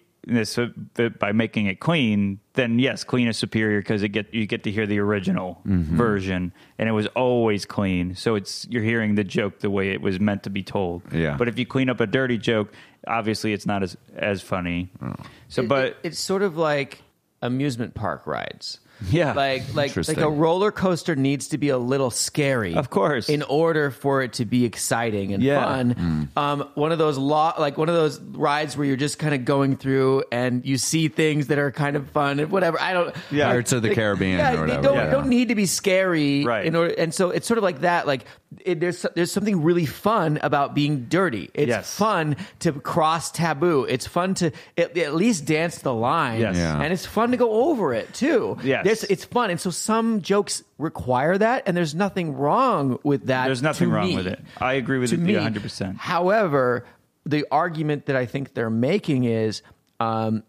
D: of it by making it clean, then yes, clean is superior because it get you get to hear the original version, and it was always clean. So it's you're hearing the joke the way it was meant to be told.
B: Yeah.
D: But if you clean up a dirty joke, obviously it's not as as funny.
B: Oh.
D: So,
C: It-
D: but
C: it- it's sort of like amusement park rides.
D: Yeah.
C: like like
B: Interesting.
C: like a roller coaster needs to be a little scary,
D: Of course.
C: in order for it to be exciting and
D: Yeah. Hmm.
C: fun. Um, one of those lo- like one of those rides where you're just kind of going through and you see things that are kind of fun and whatever. I don't.
D: Yeah.
B: Pirates of the
C: Like,
B: Caribbean
C: Yeah,
B: or whatever.
C: They don't,
B: yeah.
C: don't need to be scary,
D: Right.
C: In order, and so it's sort of like that. Like it, there's there's something really fun about being dirty. It's
D: Yes.
C: fun to cross taboo. It's fun to at, at least dance the line.
D: Yes.
B: Yeah.
C: and it's fun to go over it too.
D: Yes.
C: There's- it's fun, and so some jokes require that, and there's nothing wrong with that.
D: There's nothing
C: to
D: wrong
C: me.
D: with it. I agree with
C: to
D: you
C: me,
D: 100%.
C: However, the argument that I think they're making is um,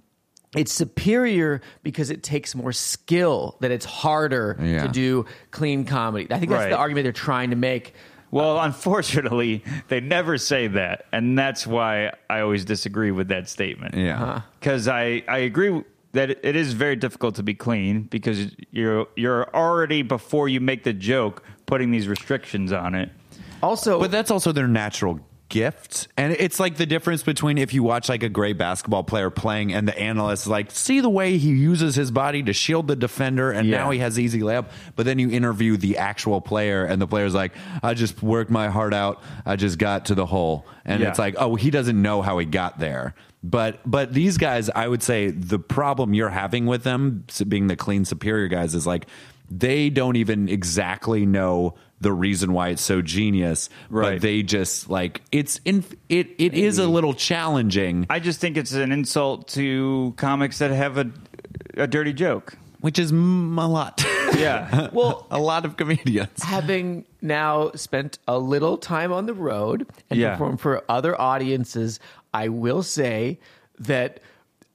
C: it's superior because it takes more skill, that it's harder
B: Yeah.
C: to do clean comedy. I think that's
D: Right.
C: the argument they're trying to make.
D: Well, *laughs* unfortunately, they never say that, and that's why I always disagree with that statement.
B: Yeah. Huh.
D: because I I agree that it is very difficult to be clean because you're you're already before you make the joke putting these restrictions on it.
C: Also,
B: But that's also their natural gift. And it's like the difference between if you watch like a great basketball player playing and the analyst is like, see the way he uses his body to shield the defender and
D: Yeah.
B: now he has easy layup. But then you interview the actual player and the player's like, I just worked my heart out. I just got to the hole. And
D: Yeah.
B: it's like, oh, he doesn't know how he got there. But but these guys, I would say the problem you're having with them being the clean superior guys is like they don't even exactly know the reason why it's so genius
D: Right.
B: but they just like it's in it it is a little challenging
D: I just think it's an insult to comics that have a a
B: *laughs*
D: dirty joke.
B: which is mm, a lot
D: Yeah,
C: well,
B: *laughs* a lot of comedians
C: having now spent a little time on the road and
D: Yeah.
C: performed for other audiences, I will say that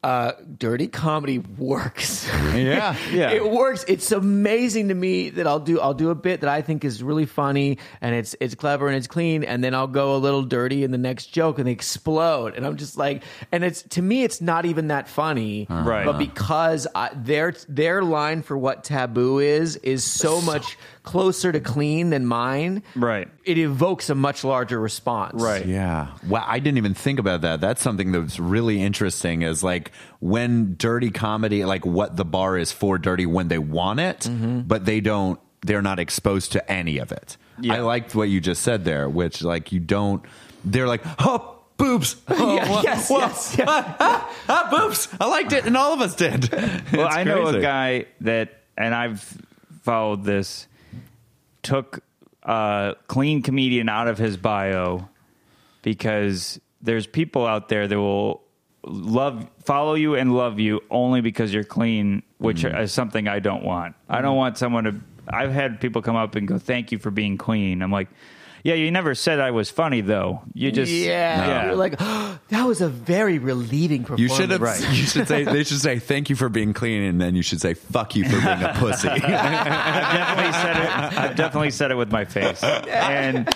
C: uh, dirty comedy *laughs* works.
B: Yeah.
D: Yeah.
C: It works. It's amazing to me that I'll do I'll do a bit that I think is really funny and it's it's clever and it's clean and then I'll go a little dirty in the next joke and they explode and I'm just like and it's to me it's not even that funny
B: Uh-huh.
D: Right.
C: but because I, their their line for what taboo is is so much closer to clean than mine
D: Right.
C: it evokes a much larger response
D: Right.
B: Yeah. Wow. I didn't even think about that. That's something that's really interesting is like when dirty comedy, like what the bar is for dirty when they want it,
D: Mm-hmm.
B: but they don't, they're not exposed to any of it.
D: Yeah.
B: I liked what you just said there, which like you don't, they're like, oh,
D: *laughs*
B: boobs. Oh,
C: Yeah,
B: wha-
C: yes,
B: wha-
C: yes,
B: *laughs*
C: yes.
B: Ah, ah, ah, boobs. I liked it. And all of us did. *laughs*
D: Well,
B: It's
D: I know
B: crazy.
D: a guy that, and I've followed this, took uh, clean comedian out of his bio because there's people out there that will love, follow you and love you only because you're clean, which
B: Mm-hmm.
D: is something I don't want. I don't want someone to. I've had people come up and go, "Thank you for being clean." I'm like, "Yeah, you never said I was funny though. You just
C: yeah, you're like *gasps* that was a very relieving performance
B: You should have. *laughs* You should say. They should say thank you for being clean, and then you should say fuck you for being a
D: *laughs*
B: pussy.
D: I've definitely said it. I've definitely said it with my face. And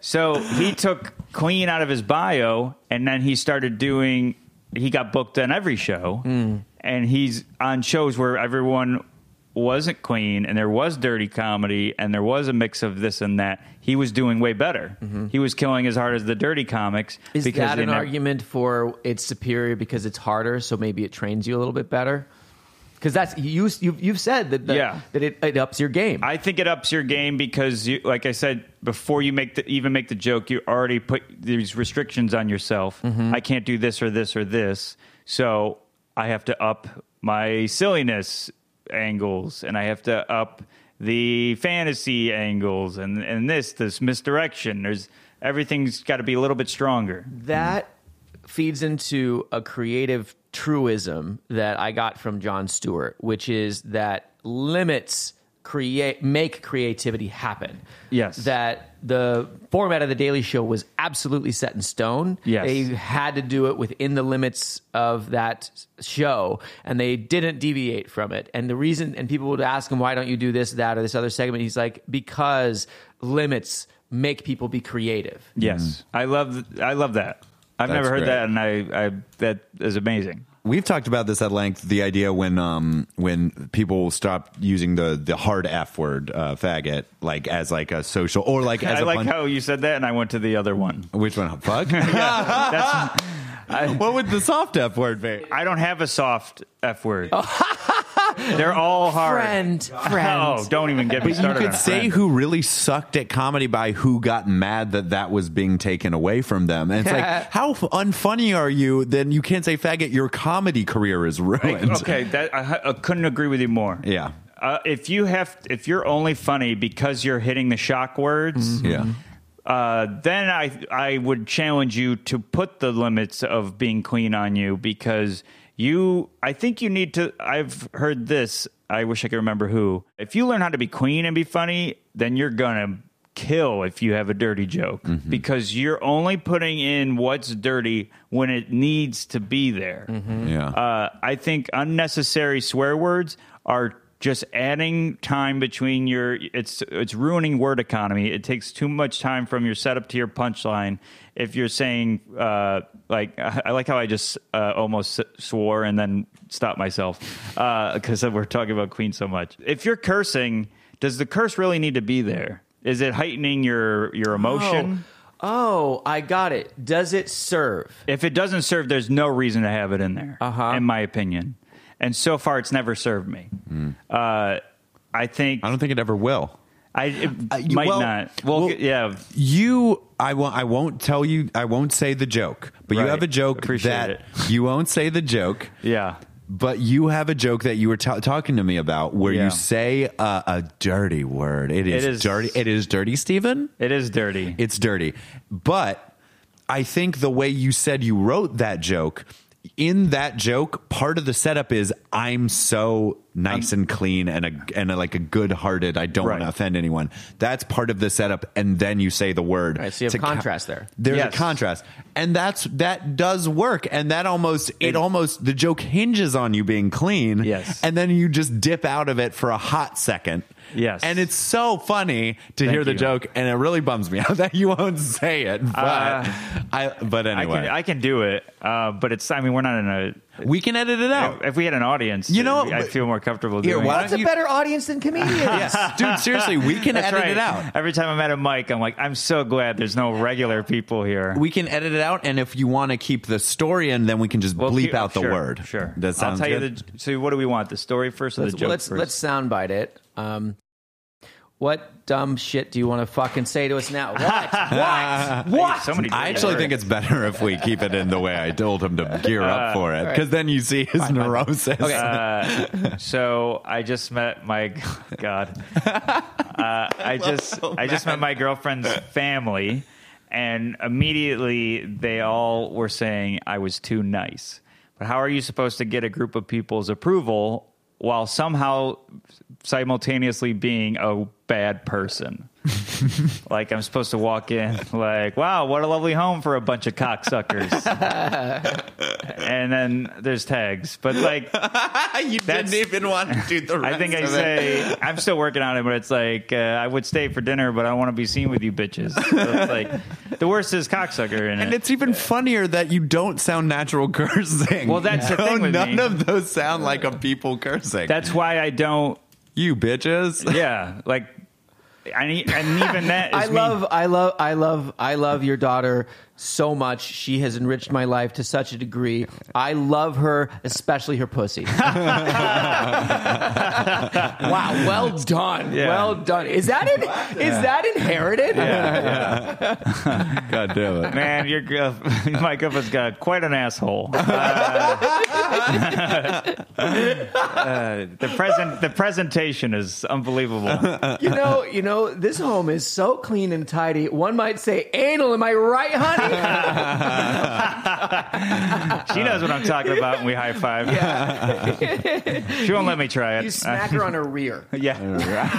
D: so he took Queen out of his bio, and then he started doing. He got booked on every show,
C: Hmm.
D: and he's on shows where everyone wasn't Queen, and there was dirty comedy, and there was a mix of this and that. He was doing way better. He was killing as hard as the dirty comics.
C: Mm-hmm. Is that
D: they
C: an
D: nev-
C: argument for it's superior because it's harder, so maybe it trains you a little bit better? Because that's you, you you've said that that,
D: Yeah.
C: that it, it ups your game.
D: I think it ups your game because, you, like I said before, you make the, even make the joke, you already put these restrictions on yourself. I can't do this or this or this, so I have to up my silliness angles, and I have to up the fantasy angles, and and this this misdirection. There's everything's got to be a little bit stronger.
C: Mm-hmm. that feeds into a creative truism that I got from John Stewart, which is that limits create make creativity happen.
D: Yes.
C: That the format of the Daily Show was absolutely set in stone.
D: Yes.
C: They had to do it within the limits of that show and they didn't deviate from it. And the reason and people would ask him why don't you do this, that, or this other segment? He's like, because limits make people be creative.
D: Yes, I love th- I love that. I've
B: That's
D: never heard
B: great.
D: that, and I, I that is amazing.
B: We've talked about this at length. The idea when um when people stop using the the hard f word uh, faggot like as like a social or like as
D: *laughs* I
B: a
D: like
B: pun-
D: how you said that, and I went to the other one.
B: which one
D: *laughs*
B: fuck
D: That's,
B: *laughs* what would the soft f word be?
D: I don't have a soft F word.
B: Oh.
D: *laughs* They're all hard.
C: Friend, friend.
D: Oh, don't even get me
B: You
D: started.
B: could
D: on
B: say
D: friend.
B: who really sucked at comedy by who got mad that that was being taken away from them. And it's
D: *laughs*
B: like, how f- unfunny are you? Then you can't say faggot. Your comedy career is ruined.
D: Okay, that, I, I couldn't agree with you more.
B: *laughs* Yeah.
D: Uh, if you have, if you're only funny because you're hitting the shock words,
B: Mm-hmm. Yeah.
D: uh, then I I would challenge you to put the limits of being clean on you because you I think you need to I've heard this I wish I could remember who if you learn how to be clean and be funny then you're gonna kill if you have a dirty joke because you're only putting in what's dirty when it needs to be there
B: Yeah.
D: uh, I think unnecessary swear words are just adding time between your it's it's ruining word economy. It takes too much time from your setup to your punchline. If you're saying uh, like *laughs* I I like how I just uh, almost s- swore and then stopped myself because we're talking about Queen so much. If you're cursing, does the curse really need to be there? Is it heightening your your emotion?
C: Oh, I got it. Does it serve?
D: If it doesn't serve, there's no reason to have it in there,
C: Uh-huh.
D: in my opinion. And so far, it's never served me. Uh, I think
B: Hmm. I
D: I,
B: don't think it ever will.
D: it
B: you-
D: might
B: well-
D: not. Well,
B: well-
D: yeah,
B: you I won't I won't tell you I won't say the joke. But you
D: Right.
B: have a joke
D: Appreciate
B: that
D: it.
B: you won't say the joke.
D: yeah.
B: But you have a joke that you were ta- talking to me about where
D: Yeah.
B: you say uh, a dirty word. It is,
D: It is-
B: dirty. It is dirty, Stephen.
D: It is dirty.
B: It's dirty. But I think the way you said you wrote that joke, in that joke, part of the setup is I'm so nice and clean and a and a, like a good hearted. I don't want
D: Right.
B: to offend anyone. That's part of the setup, and then you say the word.
C: Right, so you have
B: to ca-
C: contrast there.
B: There's
D: Yes.
B: a contrast, and that's that does work, and that almost it, almost the joke hinges on you being clean.
D: Yes.
B: and then you just dip out of it for a hot second.
D: Yes.
B: and it's so funny to hear the
D: you.
B: joke, and it really bums me *laughs* out that you won't say it. But
D: Uh,
B: I, but anyway,
D: I can I can do it, uh, but it's. I mean, we're not in a.
B: we can edit it
D: *laughs*
B: out.
D: If we had an audience,
B: You know,
D: I feel more comfortable.
B: Here,
D: doing
B: why
D: it.
C: That's a
B: You-
C: better audience than
D: *laughs*
C: comedians. *laughs*
B: Yes, dude. Seriously, we can
D: That's
B: edit
D: right.
B: it out.
D: Every time I'm at a mic, I'm like, I'm so glad there's no regular people here.
B: We can edit it out, and if you want to keep the story in, then we can just
D: Well,
B: bleep
D: here-
B: out the
D: sure,
B: word.
D: Sure.
B: that sounds
D: I'll tell
B: good.
D: you the. So, what do we want? The story first or
C: let's
D: the joke
C: let's,
D: first?
C: let's soundbite it. Um, what dumb shit do you want to fucking say to us
D: *laughs*
C: now? What? what? What?
D: Somebody.
B: I
D: did
B: actually
D: it.
B: think it's better if we keep it in the way I told him
D: *laughs*
B: to gear
D: Uh,
B: up for it, because then you see his neurosis.
D: So I just met my *laughs* God. Uh, I just I just met my girlfriend's family, and immediately they all were saying I was too nice. But how are you supposed to get a group of people's approval while somehow simultaneously being a bad person? like I'm supposed to walk in like, wow, what a lovely home for a bunch of cocksuckers. and then there's tags, but
B: *laughs*
D: like
B: you
D: That's-
B: even want to do the.
D: *laughs* I think I say I'm still working on it, but it's like uh, I would stay for dinner, but I want to be seen with you bitches. So it's like the worst is cocksucker in
B: And
D: it.
B: it's even funnier that you don't sound natural *laughs* cursing.
D: Well, that's the
B: No,
D: thing with
B: none
D: me.
B: of those sound like a people cursing.
D: That's why I don't.
B: you
C: *laughs*
B: bitches.
D: Yeah, like I need, and even that. Is
C: I
D: me.
C: love, I love, I love, I love your daughter so much. She has enriched my life to such a degree. I love her, especially her
D: *laughs*
C: pussy. wow, well done,
D: Yeah.
C: well done. Is that in, is that inherited?
B: God damn it.
D: *laughs* Man, your *laughs* girl, my girlfriend's got quite an asshole. Uh, *laughs* uh, the present, the presentation is unbelievable.
C: You know, you know, this home is so clean and tidy. One might say anal. Am I right, honey?
D: She knows what I'm talking about, and we high five. *laughs* she won't let me try it. Uh,
C: you smack her on her rear.
D: Yeah.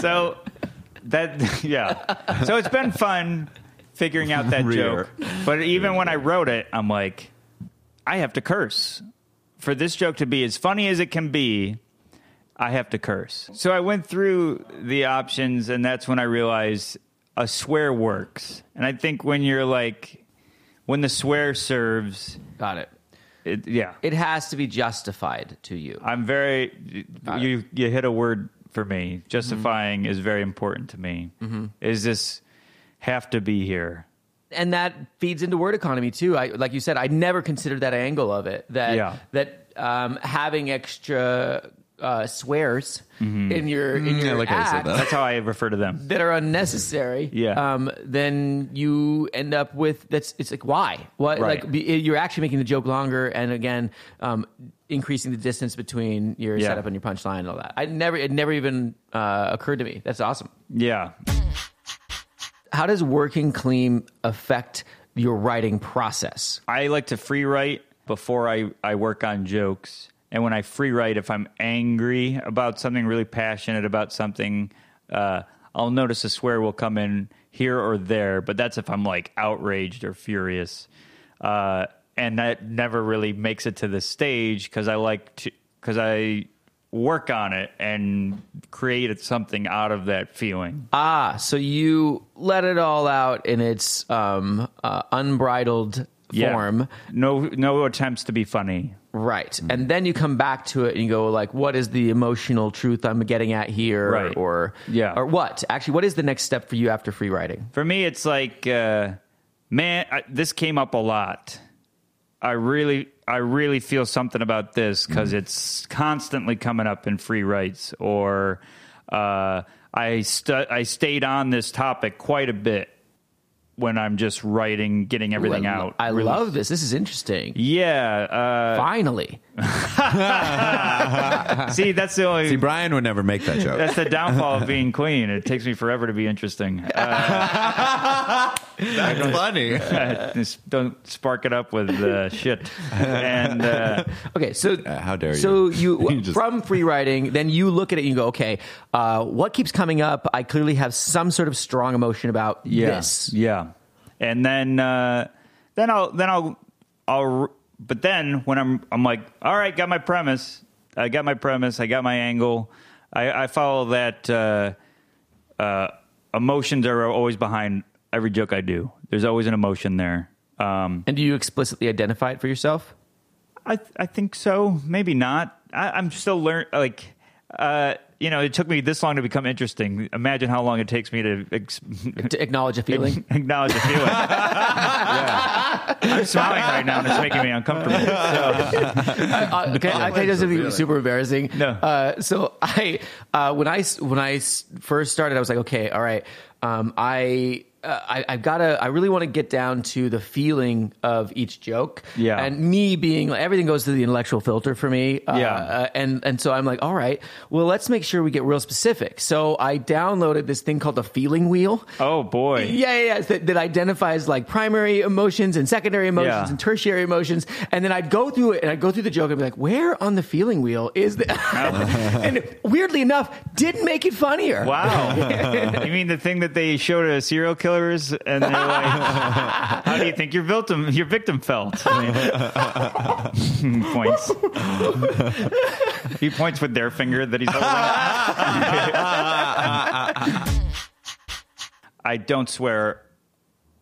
D: so that *laughs* yeah. So it's been fun figuring out that
B: Rear.
D: joke. But even when I wrote it, I'm like, I have to curse. For this joke to be as funny as it can be, I have to curse. So I went through the options and that's when I realized a swear works. And I think when you're like when the swear serves,
C: Got it.
D: it, yeah.
C: It has to be justified to you.
D: I'm very you you hit a word for me. Justifying is very important to me. Is this have to be here?
C: and that feeds into word economy too. I like you said, I never considered that angle of it. That
D: Yeah.
C: that um, having extra uh, swears in your in your
B: I Mm-hmm. Mm, like how you said
C: act
B: that.
D: That's how I refer to them.
C: that are unnecessary.
D: Yeah.
C: Um, then you end up with that's it's like why what
D: Right.
C: like be, you're actually making the joke longer and again um, increasing the distance between your
D: Yeah.
C: setup and your punchline and all that. I never it never even uh, occurred to me. That's awesome.
D: Yeah.
C: How does working clean affect your writing process?
D: I like to free write before I, I work on jokes. And when I free write, if I'm angry about something, really passionate about something, uh, I'll notice a swear will come in here or there. But that's if I'm like outraged or furious. Uh, and that never really makes it to the stage because I like to, because I work on it and create something out of that feeling.
C: Ah, so you let it all out in its um, uh, unbridled
D: Yeah.
C: form,
D: No, no attempts to be funny.
C: right?
D: Mm-hmm.
C: And then you come back to it and you go like, "What is the emotional truth I'm getting at here?"
D: Right.
C: Or
D: Yeah.
C: or what? Actually, what is the next step for you after free writing?
D: For me, it's like, uh, man, I, this came up a lot. I really, I really feel something about this
C: Mm-hmm.
D: because it's constantly coming up in free rights. Or uh, I stu- I stayed on this topic quite a bit when I'm just writing, getting everything
C: I,
D: out.
C: I
D: Really-
C: love this. This is interesting.
D: Yeah.
C: Finally,
D: Uh,
C: *laughs*
D: see, that's the
B: *laughs*
D: only.
B: See,
D: *laughs*
B: Brian would never make that joke.
C: *laughs*
D: that's the downfall of being clean. It takes me forever to be interesting. Uh,
B: That's funny.
D: Just don't spark it up with uh, shit. And uh,
C: Okay, so
B: how dare you.
C: So
B: *laughs*
C: you,
B: You just-
C: from free writing, then you look at it and you go, okay, uh, what keeps coming up? I clearly have some sort of strong emotion about this.
D: Yeah. And then uh, then I'll then I'll I'll but then when I'm I'm like, all right, got my premise. I got my premise. I got my angle. I, I follow that. Uh, uh, emotions are always behind every joke I do. There's always an emotion there. Um,
C: And do you explicitly identify it for yourself?
D: I th- I think so. Maybe not. I, I'm still learn like. Uh, you know, it took me this long to become interesting. Imagine how long it takes me to ex- *laughs*
C: To acknowledge a feeling?
D: acknowledge
C: *laughs*
D: a feeling. I'm smiling right now, and it's making me uncomfortable.
C: *laughs* uh, okay, I think that's something super embarrassing.
D: No.
C: Uh, so I, uh, when I s- when I s- first started, I was like, okay, all right, um, I. Uh, I, I've got to. I really want to get down to the feeling of each joke.
D: Yeah.
C: And me being like, everything goes through the intellectual filter for me. Uh,
D: Yeah.
C: Uh, and and so I'm like, all right, well, let's make sure we get real specific. So I downloaded this thing called the feeling wheel.
D: Oh boy!
C: Yeah, yeah, yeah. That, that identifies like primary emotions and secondary emotions
D: Yeah.
C: and tertiary emotions. And then I'd go through it and I'd go through the joke and be like, where on the feeling wheel is the. *laughs* and weirdly enough, didn't make it funnier. *laughs*
D: Wow. you mean the thing that they showed to serial killers, and they're like, "How do you think your victim your victim felt?" I mean, *laughs* points. he points with their finger that he's holding. *laughs* up. I don't swear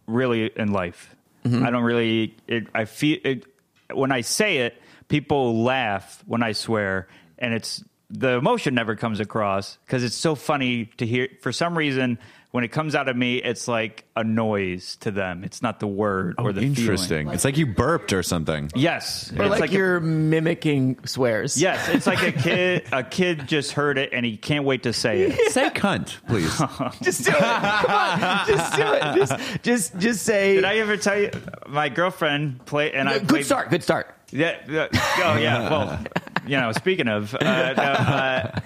D: really in life. I don't really. It, I feel it, when I say it, people laugh when I swear, and it's the emotion never comes across because it's so funny to hear. For some reason, when it comes out of me, it's like a noise to them. It's not the word or the feeling.
B: Interesting. It's like you burped or something.
D: Yes,
C: Or
D: it's
C: like,
D: like a-
C: you're mimicking swears.
D: yes, it's like a kid. A kid just heard it and he can't wait to say it.
B: Say cunt,
C: *laughs*
B: please.
C: *laughs* Just do it. Come on. Just do it. Just, just, just say.
D: Did I ever tell you my girlfriend play and I
C: good
D: played,
C: start. Good start.
D: Yeah. yeah. oh,
B: *laughs*
D: yeah. Well, you know, speaking of, uh, no, uh,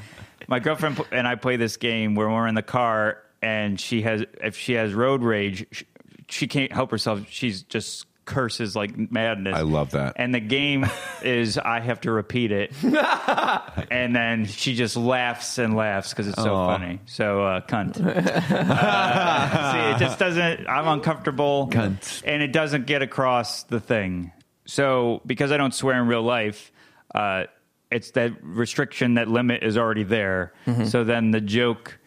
D: my girlfriend pl- and I play this game where we're in the car and she has, if she has road rage, she, she can't help herself. She's just curses like madness.
B: I love that.
D: And the
B: *laughs*
D: game is I have to repeat it. and then she just laughs and laughs because it's so
B: Aw.
D: funny. So, uh, cunt. See, it just doesn't. I'm uncomfortable,
B: Cunt.
D: and it doesn't get across the thing. So because I don't swear in real life, uh, it's that restriction, that limit is already there. So then the joke,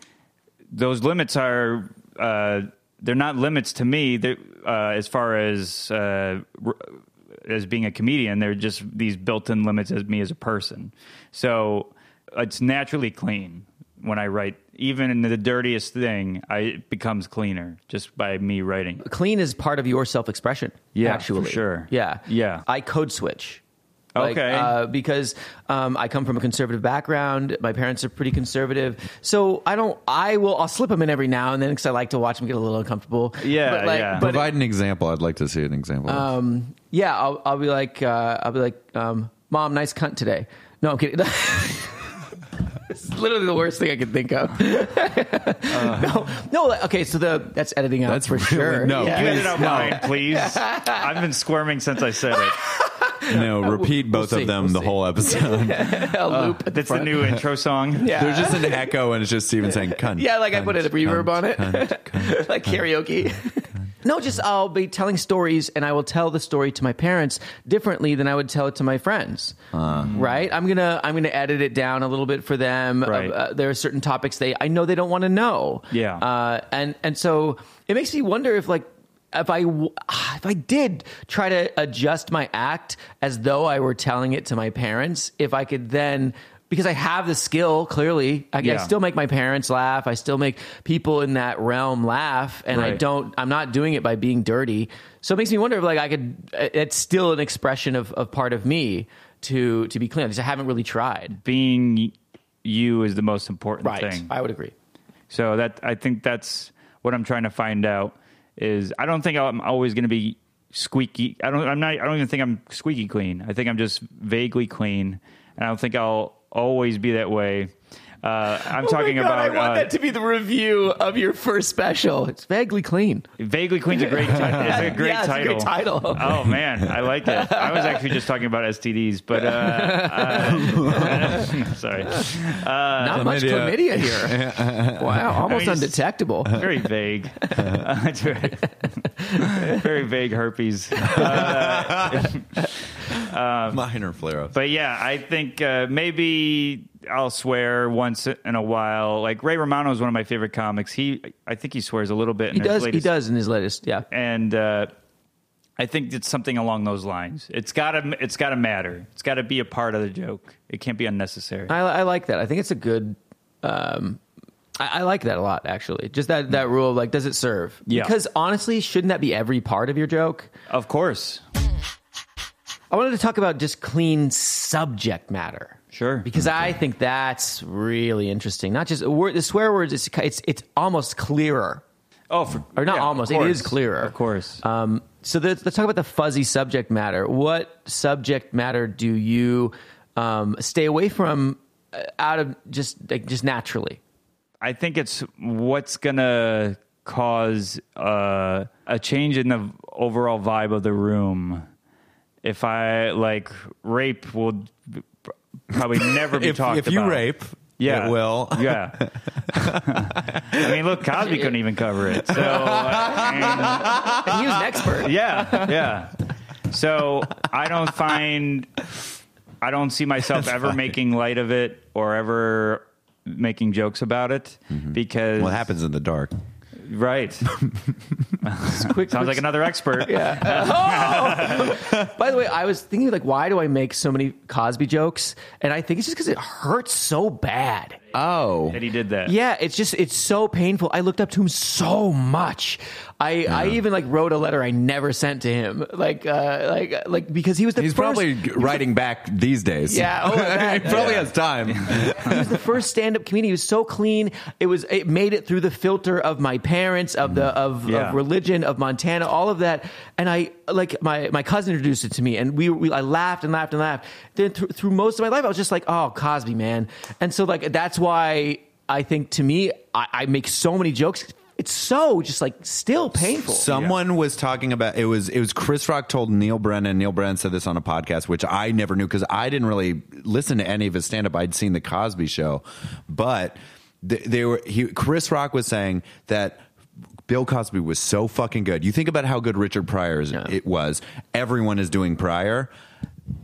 D: those limits are. Uh, they're not limits to me they're, uh, as far as uh, r- as being a comedian. They're just these built-in limits as me as a person. So it's naturally clean when I write. Even in the dirtiest thing, I, it becomes cleaner just by me writing.
C: Clean is part of your self expression.
D: Yeah,
C: actually,
D: for sure.
C: Yeah,
D: Yeah.
C: I code switch.
D: Okay.
C: uh, because um, I come from a conservative background. My parents are pretty conservative, so I don't. I will. I'll slip them in every now and then because I like to watch them get a little uncomfortable.
D: Yeah,
C: but like,
D: yeah.
C: But
B: Provide an example. I'd like to see an example.
C: um, yeah, I'll, I'll be like, uh, I'll be like, um, mom, nice cunt today. No, I'm kidding. *laughs* It's literally the worst thing I could think of.
D: Uh.
C: *laughs* no, no. Okay, so the that's editing out
B: That's
C: for
B: really-
C: sure.
B: no,
C: Yeah. *laughs*
D: Get it out mine, *laughs* please. I've been squirming since I said
C: *laughs*
D: it.
B: no, repeat both
C: see,
B: of them
C: we'll
B: the
C: see.
B: whole episode.
C: A loop. at the
D: Uh, That's the
C: front.
D: new intro
C: *laughs*
D: song.
C: Yeah.
B: There's just an echo, and it's just Steven saying cunt.
C: Yeah, like I
B: cunt,
C: put a reverb
B: cunt,
C: on it.
B: cunt,
C: *laughs*
B: cunt.
C: like karaoke. no, just I'll be telling stories and I will tell the story to my parents differently than I would tell it to my friends.
B: Uh.
C: Right? I'm going to I'm going to edit it down a little bit for them.
D: Right.
C: Uh, uh, there are certain topics they I know they don't want to know.
D: Yeah.
C: Uh, and and so it makes me wonder if like if I w- *sighs* if I did try to adjust my act as though I were telling it to my parents, if I could then because I have the skill clearly, I, I
D: Yeah.
C: still make my parents laugh. I still make people in that realm laugh, and I
D: Right.
C: don't. I'm not doing it by being dirty. So it makes me wonder if like I could. uh, It's still an expression of, of part of me to to be clean. Because I haven't really tried.
D: Being you is the most important thing.
C: I would agree.
D: So that I think that's what I'm trying to find out is I don't think I'm always going to be squeaky. I don't. I'm not. I don't even think I'm squeaky clean. I think I'm just vaguely clean, and I don't think I'll always be that way. Uh, I'm
C: Oh my
D: talking
C: God,
D: about
C: I want
D: uh,
C: that to be the review of your first special. It's vaguely clean.
D: Vaguely Queen's a
C: *laughs*
D: great title. It's a great
C: Yeah, it's a
D: title.
C: great title.
D: Oh man, I like it. I was actually just talking about STDs, but uh, uh, *laughs* sorry, Uh,
C: Not much chlamydia here.
D: *laughs*
C: wow, almost
D: mean, it's-
C: undetectable. *laughs*
D: very vague. *laughs* Uh, it's very, very vague herpes.
C: Um,
B: Minor flare ups.
D: But yeah, I think uh, maybe I'll swear once in a while. Like Ray Romano is one of my favorite comics. He, I think he swears a little bit.
C: He does. He does in his latest. Yeah.
D: and uh, I think it's something along those lines. It's gotta, it's gotta matter. It's gotta be a part of the joke. It can't be unnecessary.
C: I, I like that. I think it's a good. Um, I, I like that a lot, actually. Just that that rule, of, like, does it serve?
D: Mm. Yeah.
C: Because honestly, shouldn't that be every part of your joke?
D: of course,
C: I wanted to talk about just clean subject matter.
D: Sure.
C: Because I think that's really interesting. Not just a word, the swear words. It's it's it's almost clearer,
D: oh, for,
C: or not
D: yeah, of
C: almost. It
D: course.
C: is clearer,
D: of course.
C: Um, so let's, let's talk about the fuzzy subject matter. What subject matter do you um, stay away from uh, out of just like just naturally?
D: I think it's what's gonna cause uh, a change in the overall vibe of the room. If I like rape, will probably never
B: *laughs*
D: be
B: If,
D: talked
B: if
D: about.
B: you rape,
D: yeah,
B: it
C: *laughs*
B: will. *laughs*
D: yeah. I mean, look, Cosby couldn't even cover it. So I mean,
C: And he was an expert.
D: yeah, yeah. So I don't find I don't see myself ever making light of it or ever making jokes about it because
B: Mm-hmm. What happens in the dark?
D: Right.
C: *laughs* Quick,
D: Sounds like another expert. yeah.
C: By the way, I was thinking like, why do I make so many Cosby jokes? And I think it's just because it hurts so bad.
B: Oh.
D: That he did that.
C: Yeah, it's just it's so painful. I looked up to him so much. I I even like wrote a letter I never sent to him. Like uh like like because he was the
B: He's
C: first,
B: probably writing back these days.
C: Yeah,
B: *laughs*
C: oh,
B: he
C: that-
B: probably has time. *laughs*
C: *laughs* he was the first stand up comedian. He was so clean. It was it made it through the filter of my parents, of the of,
D: Yeah.
C: of religion, of Montana, all of that. And I like my my cousin introduced it to me, and we, we I laughed and laughed and laughed. Then through through most of my life, I was just like, oh Cosby, man. And so like that's why I think to me, I, I make so many jokes. It's so just like still painful.
B: Someone was talking about it was it was Chris Rock told Neil Brennan. Neil Brennan said this on a podcast, which I never knew because I didn't really listen to any of his stand up. I'd seen the Cosby Show, but th- they were he, Chris Rock was saying that. Bill Cosby was so fucking good. You think about how good Richard Pryor is, it was. Everyone is doing Pryor.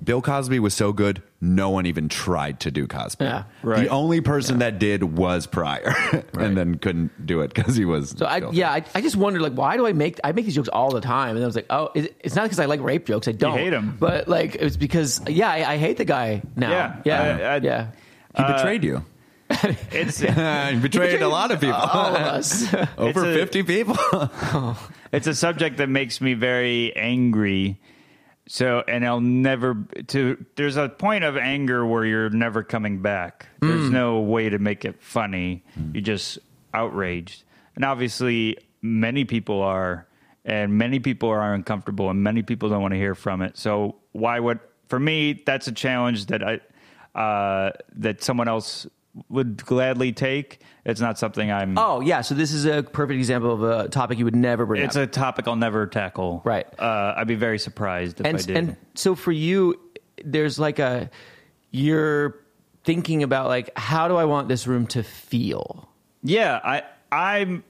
B: Bill Cosby was so good, no one even tried to do Cosby.
C: Yeah.
B: The only person that did was Pryor, *laughs* and then couldn't do it because he was.
C: So I,
B: Bill
C: yeah, I, I just wondered like why do I make I make these jokes all the time? And I was like, oh, is, it's not because I like rape jokes. I don't
D: hate 'em.
C: but like it's because yeah, I, I hate the guy now.
D: Yeah.
C: yeah,
D: I- I-
C: yeah. *laughs*
B: He
C: Uh,
B: betrayed you.
D: It's
B: *laughs* he betrayed a lot of *laughs* people.
C: All of us.
B: Over
D: It's a-
B: 50 people. *laughs*
D: it's a subject that makes me very angry. So and I'll never to there's a point of anger where you're never coming back. There's no way to make it funny. You're just outraged. And obviously many people are and many people are uncomfortable and many people don't want to hear from it. So why would for me that's a challenge that I uh, that someone else would gladly take. It's not something
C: *laughs*
D: I'm
C: oh yeah, so this is a perfect example of a topic you would never bring
D: it's
C: up.
D: a topic I'll never tackle.
C: Right.
D: Uh, I'd be very surprised if I
C: and
D: did.
C: and so for you, there's like a you're thinking about like how do I want this room to feel?
D: yeah, I I'm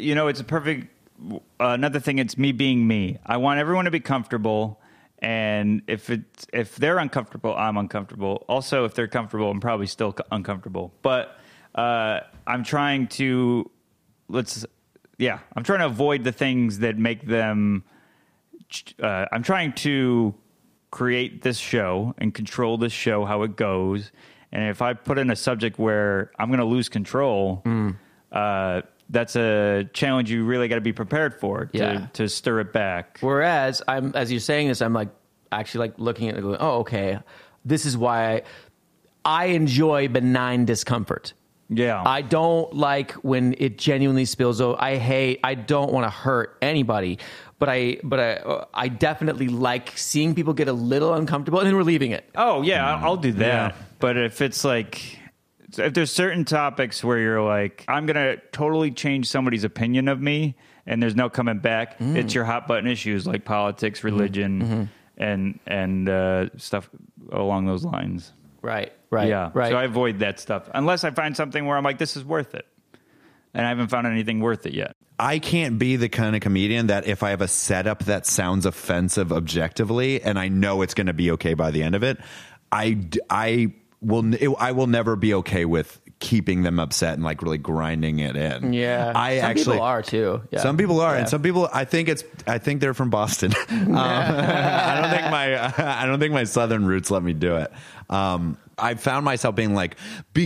D: you know, it's a perfect uh, another thing it's me being me. I want everyone to be comfortable and if it's if they're uncomfortable, I'm uncomfortable. Also, if they're comfortable, I'm probably still co- uncomfortable. But uh, I'm trying to let's yeah, I'm trying to avoid the things that make them uh, I'm trying to create this show and control this show how it goes. And if I put in a subject where I'm going to lose control,
C: Mm.
D: uh, that's a challenge you really got to be prepared for to,
C: Yeah.
D: to stir it back.
C: Whereas I'm as you're saying this, I'm like actually like looking at it and going, oh okay, this is why I, I enjoy benign discomfort.
D: Yeah.
C: I don't like when it genuinely spills over. I hate. I don't want to hurt anybody, but I but I I definitely like seeing people get a little uncomfortable and then relieving it.
D: oh, yeah, I'll I'll do that. But if it's like So if there's certain topics where you're like, I'm gonna totally change somebody's opinion of me, and there's no coming back, it's your hot button issues like politics, religion, and and uh, stuff along those lines.
C: Right, right,
D: yeah,
C: right.
D: So I avoid that stuff unless I find something where I'm like, this is worth it, and I haven't found anything worth it yet.
B: I can't be the kind of comedian that if I have a setup that sounds offensive objectively and I know it's going to be okay by the end of it, I d- I will n- it- I will never be okay with keeping them upset and like really grinding it in.
C: yeah,
B: I
C: some
B: actually
C: people are too. Yeah.
B: Some people are,
C: Yeah.
B: and some people. I think it's. I think they're from Boston. *laughs* um, I don't think my. *laughs* I don't think my southern roots let me do it. Um, I found myself being like,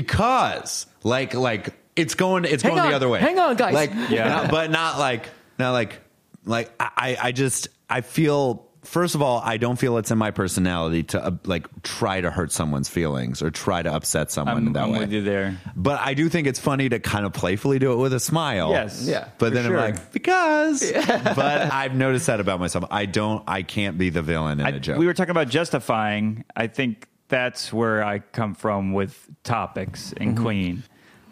B: because, like, like it's going. It's
C: Hang
B: going
C: on,
B: the other way.
C: hang on, guys. *laughs*
B: Like,
D: Yeah.
B: not- but not like, not like, like I. I just. I feel. First of all, I don't feel it's in my personality to uh, like try to hurt someone's feelings or try to upset someone
D: I'm,
B: that
D: I'm
B: way.
D: with you there.
B: But I do think it's funny to kind of playfully do it with a smile.
D: Yes.
C: Yeah.
B: But
D: For
B: then
D: sure.
B: I'm like, because.
D: *laughs*
B: but I've noticed that about myself. I don't, I can't be the villain in a
D: I-
B: joke.
D: We were talking about justifying. I think that's where I come from with topics in
B: Mm-hmm.
D: Queen.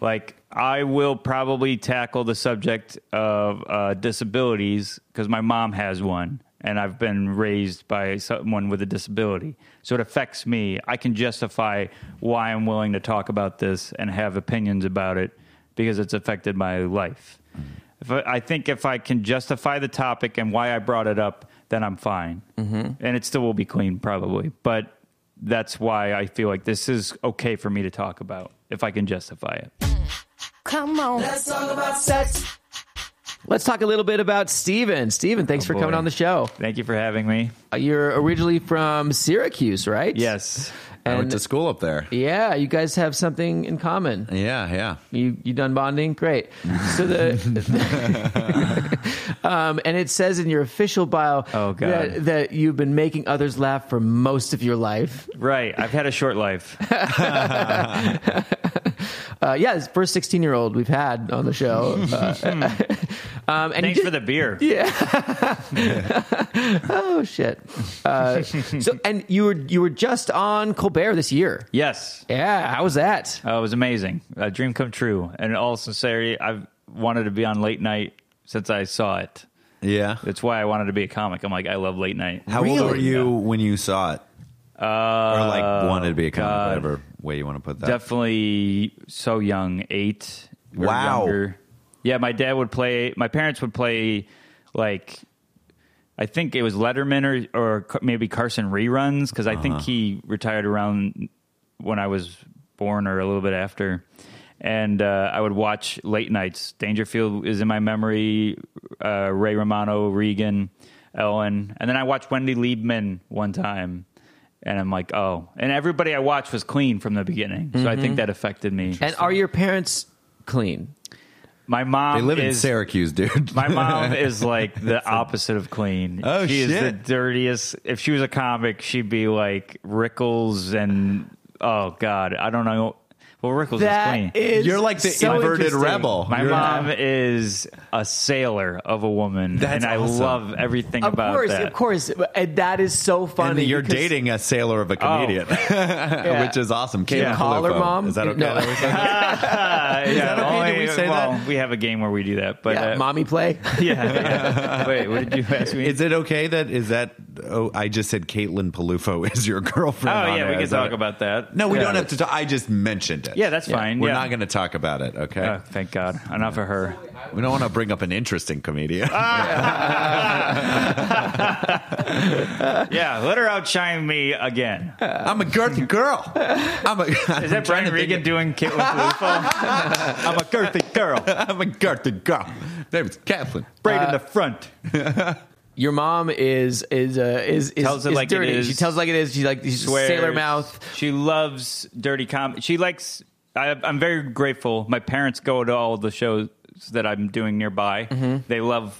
D: Like, I will probably tackle the subject of uh, disabilities because my mom has one, and I've been raised by someone with a disability. So it affects me. I can justify why I'm willing to talk about this and have opinions about it because it's affected my life. If I, I think if I can justify the topic and why I brought it up, then I'm fine,
B: Mm-hmm.
D: and it still will be clean probably. But that's why I feel like this is okay for me to talk about if I can justify it.
G: Come on.
A: Let's talk about sex.
C: Let's talk a little bit about Steven.
B: Oh,
C: Steven, thanks for
D: boy.
C: coming on the show.
D: Thank you for having me.
C: Uh, You're originally from Syracuse, right?
D: Yes,
B: I went
C: And
B: to school up there.
C: yeah, you guys have something in common.
B: Yeah, yeah.
C: You you done bonding? Great. So the *laughs* um, and it says in your official bio
D: Oh, God.
C: that that you've been making others laugh for most of your life.
D: right. I've had a
B: *laughs*
D: short life.
C: Uh, yeah, it's the first sixteen year old we've had on the
D: *laughs*
C: show. Uh, *laughs* um, and you
D: Thanks
C: did-
D: for the beer.
C: oh shit. Uh, so and you were you were just on Colbert this year.
D: Yes,
C: Yeah, how was that?
D: uh, it was amazing. A dream come true. And in all sincerity, I've wanted to be on late night since I saw it.
B: Yeah.
D: That's why I wanted to be a comic. I'm like, I love late night.
B: How old were you when you saw it? Uh, or like wanted to be a comic,
D: God.
B: whatever way you want to put that.
D: definitely so young, eight. or
B: Wow.
D: Younger. Yeah, my dad would play. My parents would play, like, I think it was Letterman or or Ca- maybe Carson reruns because I
B: Uh-huh.
D: think he retired around when I was born or a little bit after. And uh, I would watch late nights. Dangerfield is in my memory. Uh, Ray Romano, Regan, Ellen, and then I watched Wendy Liebman one time. And I'm like, oh. And everybody I watched was clean from the beginning. So I
B: Mm-hmm.
D: think that affected me.
C: And are your parents clean?
D: My mom
B: they live in
D: is-
B: Syracuse, dude.
D: My mom is like the opposite of clean.
B: Oh,
D: she is the
B: shit.
D: dirtiest. If she was a comic, she'd be like Rickles and oh god, I don't know. Well, Rickles is
C: That
D: clean.
C: is
B: You're like the
C: so
B: inverted
C: interesting.
B: rebel.
D: My
B: Oh, You're-
D: mom is a sailor of a woman,
B: That's
D: and I
B: awesome.
D: love everything
C: Of
D: about
C: course,
D: that.
C: of course, and that is
B: *laughs*
C: so
B: And
C: funny.
B: you're
C: because-
B: dating a sailor
D: Oh.
B: of a comedian, *laughs* which is awesome. Can
C: call her mom?
B: Is that okay?
C: No.
B: that we said?
D: Uh, *laughs* yeah,
B: okay?
D: only-
B: Did we say
D: well,
B: that?
D: we have a game where we do that, but
C: Yeah,
D: uh,
C: mommy play.
B: *laughs*
D: *laughs* yeah, yeah. Wait, what did you ask me?
B: Is it okay that is that? Oh, I just said Caitlin Palufo *laughs* is your girlfriend.
D: oh
B: on
D: yeah,
B: there.
D: we can
B: Is that
D: talk
B: it?
D: about that.
B: No, we
D: Yeah.
B: don't have to talk. I just mentioned it.
D: Yeah, that's fine.
B: We're
D: yeah.
B: not going to talk about it. Okay.
D: Oh, thank God. Enough of her.
B: we don't want to bring up an interesting comedian.
D: Uh. *laughs* Yeah, let her outshine me again.
B: *laughs* I'm a girthy girl. I'm a.
D: Is that Brian Regan doing Caitlin Palufo? I'm a girthy girl,
B: *laughs* I'm a girthy girl. Name is Kathleen.
D: right in the front.
C: Your mom is is uh, is is,
D: Tells it
C: is
D: like it
C: dirty.
D: is.
C: She tells like it is. She's like she's
D: Swears.
C: sailor mouth.
D: She loves dirty comedy. She likes. I, I'm very grateful. My parents go to all the shows that I'm doing nearby.
C: Mm-hmm.
D: They love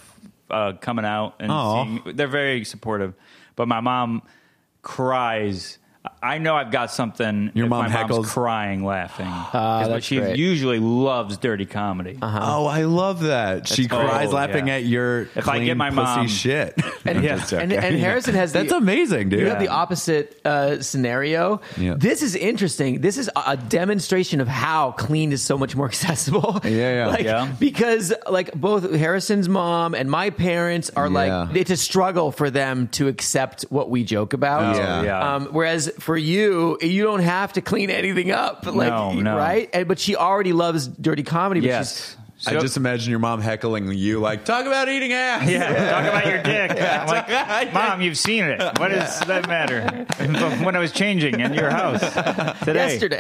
D: uh, coming out and
B: Aw.
D: seeing. They're very supportive. But my mom cries I know I've got something.
B: Your
D: if
B: mom
D: my
B: heckles?
D: mom's crying, laughing. Because
C: Ah, that's
D: she
C: great. Uh-huh.
D: usually loves dirty comedy.
B: Oh, I love that. she
D: cool.
B: cries laughing
D: Yeah.
B: at your
D: If I
B: clean
D: get my
B: pussy
D: mom- *laughs*
B: shit.
C: And,
D: Yeah.
B: That's
D: okay.
C: and, and Harrison has the,
B: amazing, dude.
C: You have the opposite uh, scenario.
B: Yeah.
C: This is interesting. This is a- a demonstration of how clean is so much more *laughs* accessible.
B: Yeah, yeah.
C: Like,
D: Yeah.
C: Because like both Harrison's mom and my parents are
B: Yeah.
C: like it's a struggle for them to accept what we joke about.
B: Oh, Yeah.
D: yeah.
C: Um, whereas for you, you don't have to clean anything up. Like
D: No, no.
C: right? And, but she already loves dirty comedy. But
D: yes.
B: I just imagine your mom heckling you, like, talk about eating ass.
D: Yeah, *laughs* talk about your dick. I'm like, Mom, you've seen it. What does that matter? *laughs* when I was changing in your house today.
C: she's yesterday.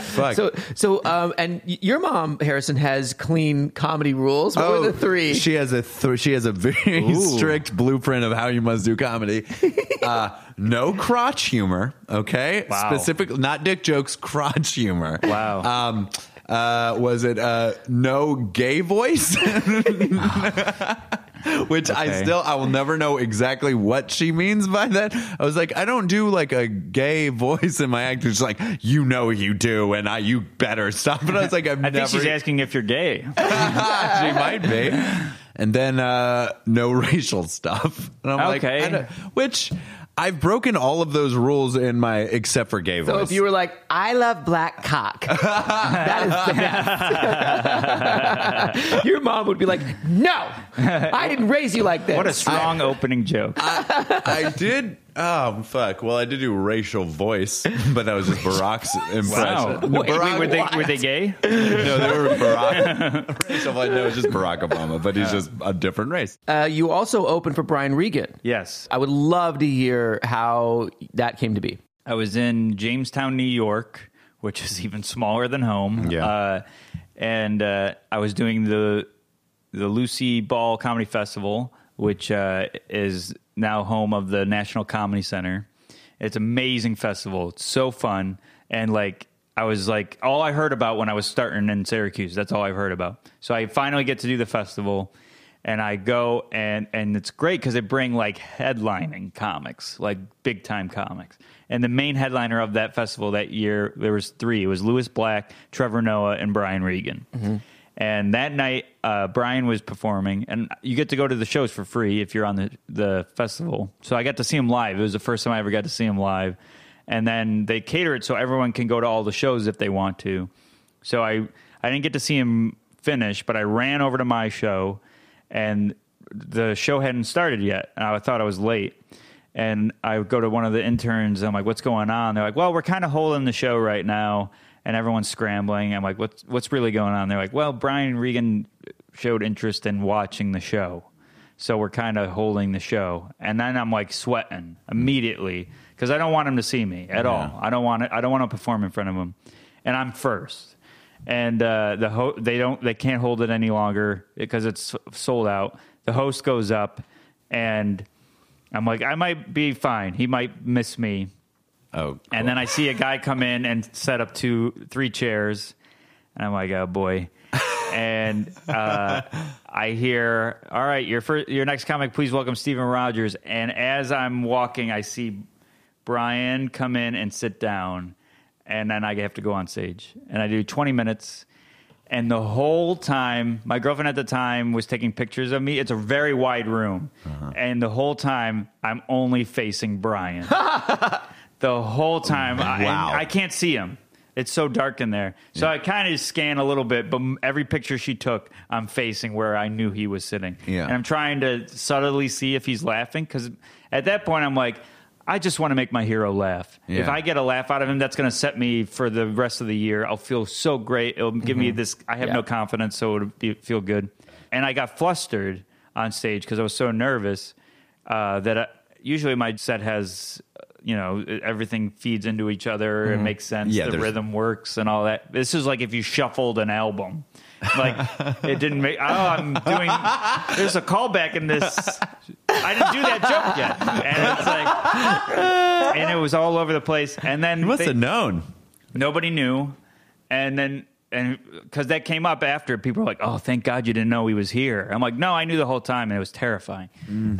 B: *laughs* Fuck.
C: So, so, um, and y- your mom, Harrison, has clean comedy rules. What were the three?
B: Oh, She has a th- she has a very *laughs* strict blueprint of how you must do comedy. uh, no crotch humor, okay?
D: Wow.
B: Specific, not dick jokes, crotch humor.
D: Wow.
B: Um, uh, was it uh, no gay voice? *laughs* Which I
D: Okay.
B: still I will never know exactly what she means by that. I was like, I don't do like a gay voice in my act. It's like you know you do, and I you better stop. But I was like, I've
D: *laughs* I
B: never
D: think she's asking if you're gay.
B: she might be. And then uh, no *laughs* racial stuff. And I'm like,
D: Okay.
B: I don't- which I've broken all of those rules in my except for gay
C: so
B: voice.
C: if you were like, I love black cock, that is the best. your mom would be like, No, I didn't raise you like this.
D: What a strong opening joke.
B: I did. Oh fuck! Well, I did do racial voice, but that was just Barack's
D: Wow.
B: impression. No,
D: Wait, wait,
B: Barack-
D: were, they, were they gay?
B: no, they were Barack. racial voice. No, it was just Barack Obama, but he's just a different race.
C: uh, you also open for Brian Regan.
D: Yes.
C: I would love to hear how that came to be.
D: I was in Jamestown, New York, which is *laughs* even smaller than home.
B: Yeah.
D: Uh, and uh, I was doing the the Lucy Ball Comedy Festival, which uh, is now home of the National Comedy Center. It's an amazing festival. It's so fun. And like I was like all I heard about when I was starting in Syracuse, that's all I've heard about. So I finally get to do the festival and I go and and it's great because they bring like headlining comics, like big time comics. And the main headliner of that festival that year, there was three. It was Lewis Black, Trevor Noah, and Brian Regan. And that night, uh, Brian was performing, and you get to go to the shows for free if you're on the the festival. So I got to see him live. It was the first time I ever got to see him live. And then they cater it so everyone can go to all the shows if they want to. So I I didn't get to see him finish, but I ran over to my show, and the show hadn't started yet, and I thought I was late. And I would go to one of the interns. And I'm like, "What's going on?" They're like, "Well, we're kind of holding the show right now, and everyone's scrambling." I'm like, "What's what's really going on?" They're like, "Well, Brian Regan showed interest in watching the show, so we're kind of holding the show." And then I'm like sweating immediately because I don't want him to see me at all. I don't want to, I don't want to perform in front of him, and I'm first and uh, the ho- they don't they can't hold it any longer because it's sold out. The host goes up, and I'm like, I might be fine. He might miss me,
B: Oh,
D: and then I see a guy come in and set up two three chairs, and I'm like, oh boy. and uh, I hear, all right, your first, your next comic, please welcome Stephen Rogers. And as I'm walking, I see Brian come in and sit down, and then I have to go on stage, and I do 20 minutes. And the whole time, my girlfriend at the time was taking pictures of me. It's a very wide room. And the whole time, I'm only facing Brian. the whole time. I, and
B: Wow.
D: I can't see him. It's so dark in there. So I kind of scan a little bit, but m- every picture she took, I'm facing where I knew he was sitting.
B: Yeah.
D: And I'm trying to subtly see if he's laughing because at that point, I'm like, I just want to make my hero laugh. If
B: Yeah.
D: I get a laugh out of him, that's going to set me for the rest of the year. I'll feel so great. It'll give me this. I have
C: Yeah.
D: no confidence, so it'll be, feel good. And I got flustered on stage because I was so nervous uh, that I, usually my set has, uh, you know, everything feeds into each other. It makes sense.
B: Yeah,
D: the
B: there's-
D: rhythm works and all that. This is like if you shuffled an album. Like
B: *laughs*
D: it didn't make. Oh, I'm doing. There's a callback in this. I didn't do that joke yet, and it's like, and it was all over the place. And then
B: you must
D: they-
B: have known.
D: Nobody knew, and then and because that came up after, people were like, "Oh, thank God you didn't know he was here." I'm like,
B: Mm.
D: "No, I knew the whole time, and it was terrifying."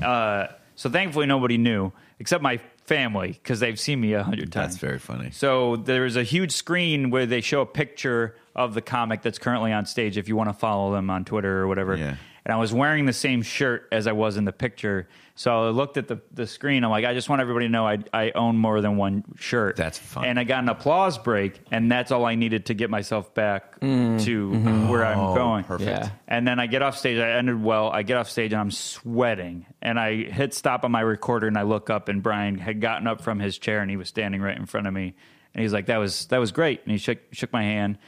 D: Uh, so thankfully, nobody knew except my family because they've seen me a hundred times.
B: That's very funny.
D: So there's a huge screen where they show a picture of the comic that's currently on stage if you want to follow them on Twitter or whatever.
B: Yeah.
D: And I was wearing the same shirt as I was in the picture. So I looked at the, the screen. I'm like, I just want everybody to know I, I own more than one shirt.
B: That's funny.
D: And I got an applause break, and that's all I needed to get myself back to where I'm going.
B: Mm. Mm-hmm. Oh, perfect.
C: Yeah.
D: And then I get off stage. I ended well. I get off stage and I'm sweating. And I hit stop on my recorder and I look up and Brian had gotten up from his chair and he was standing right in front of me. And he's like, "That was that was great." And he shook shook my hand.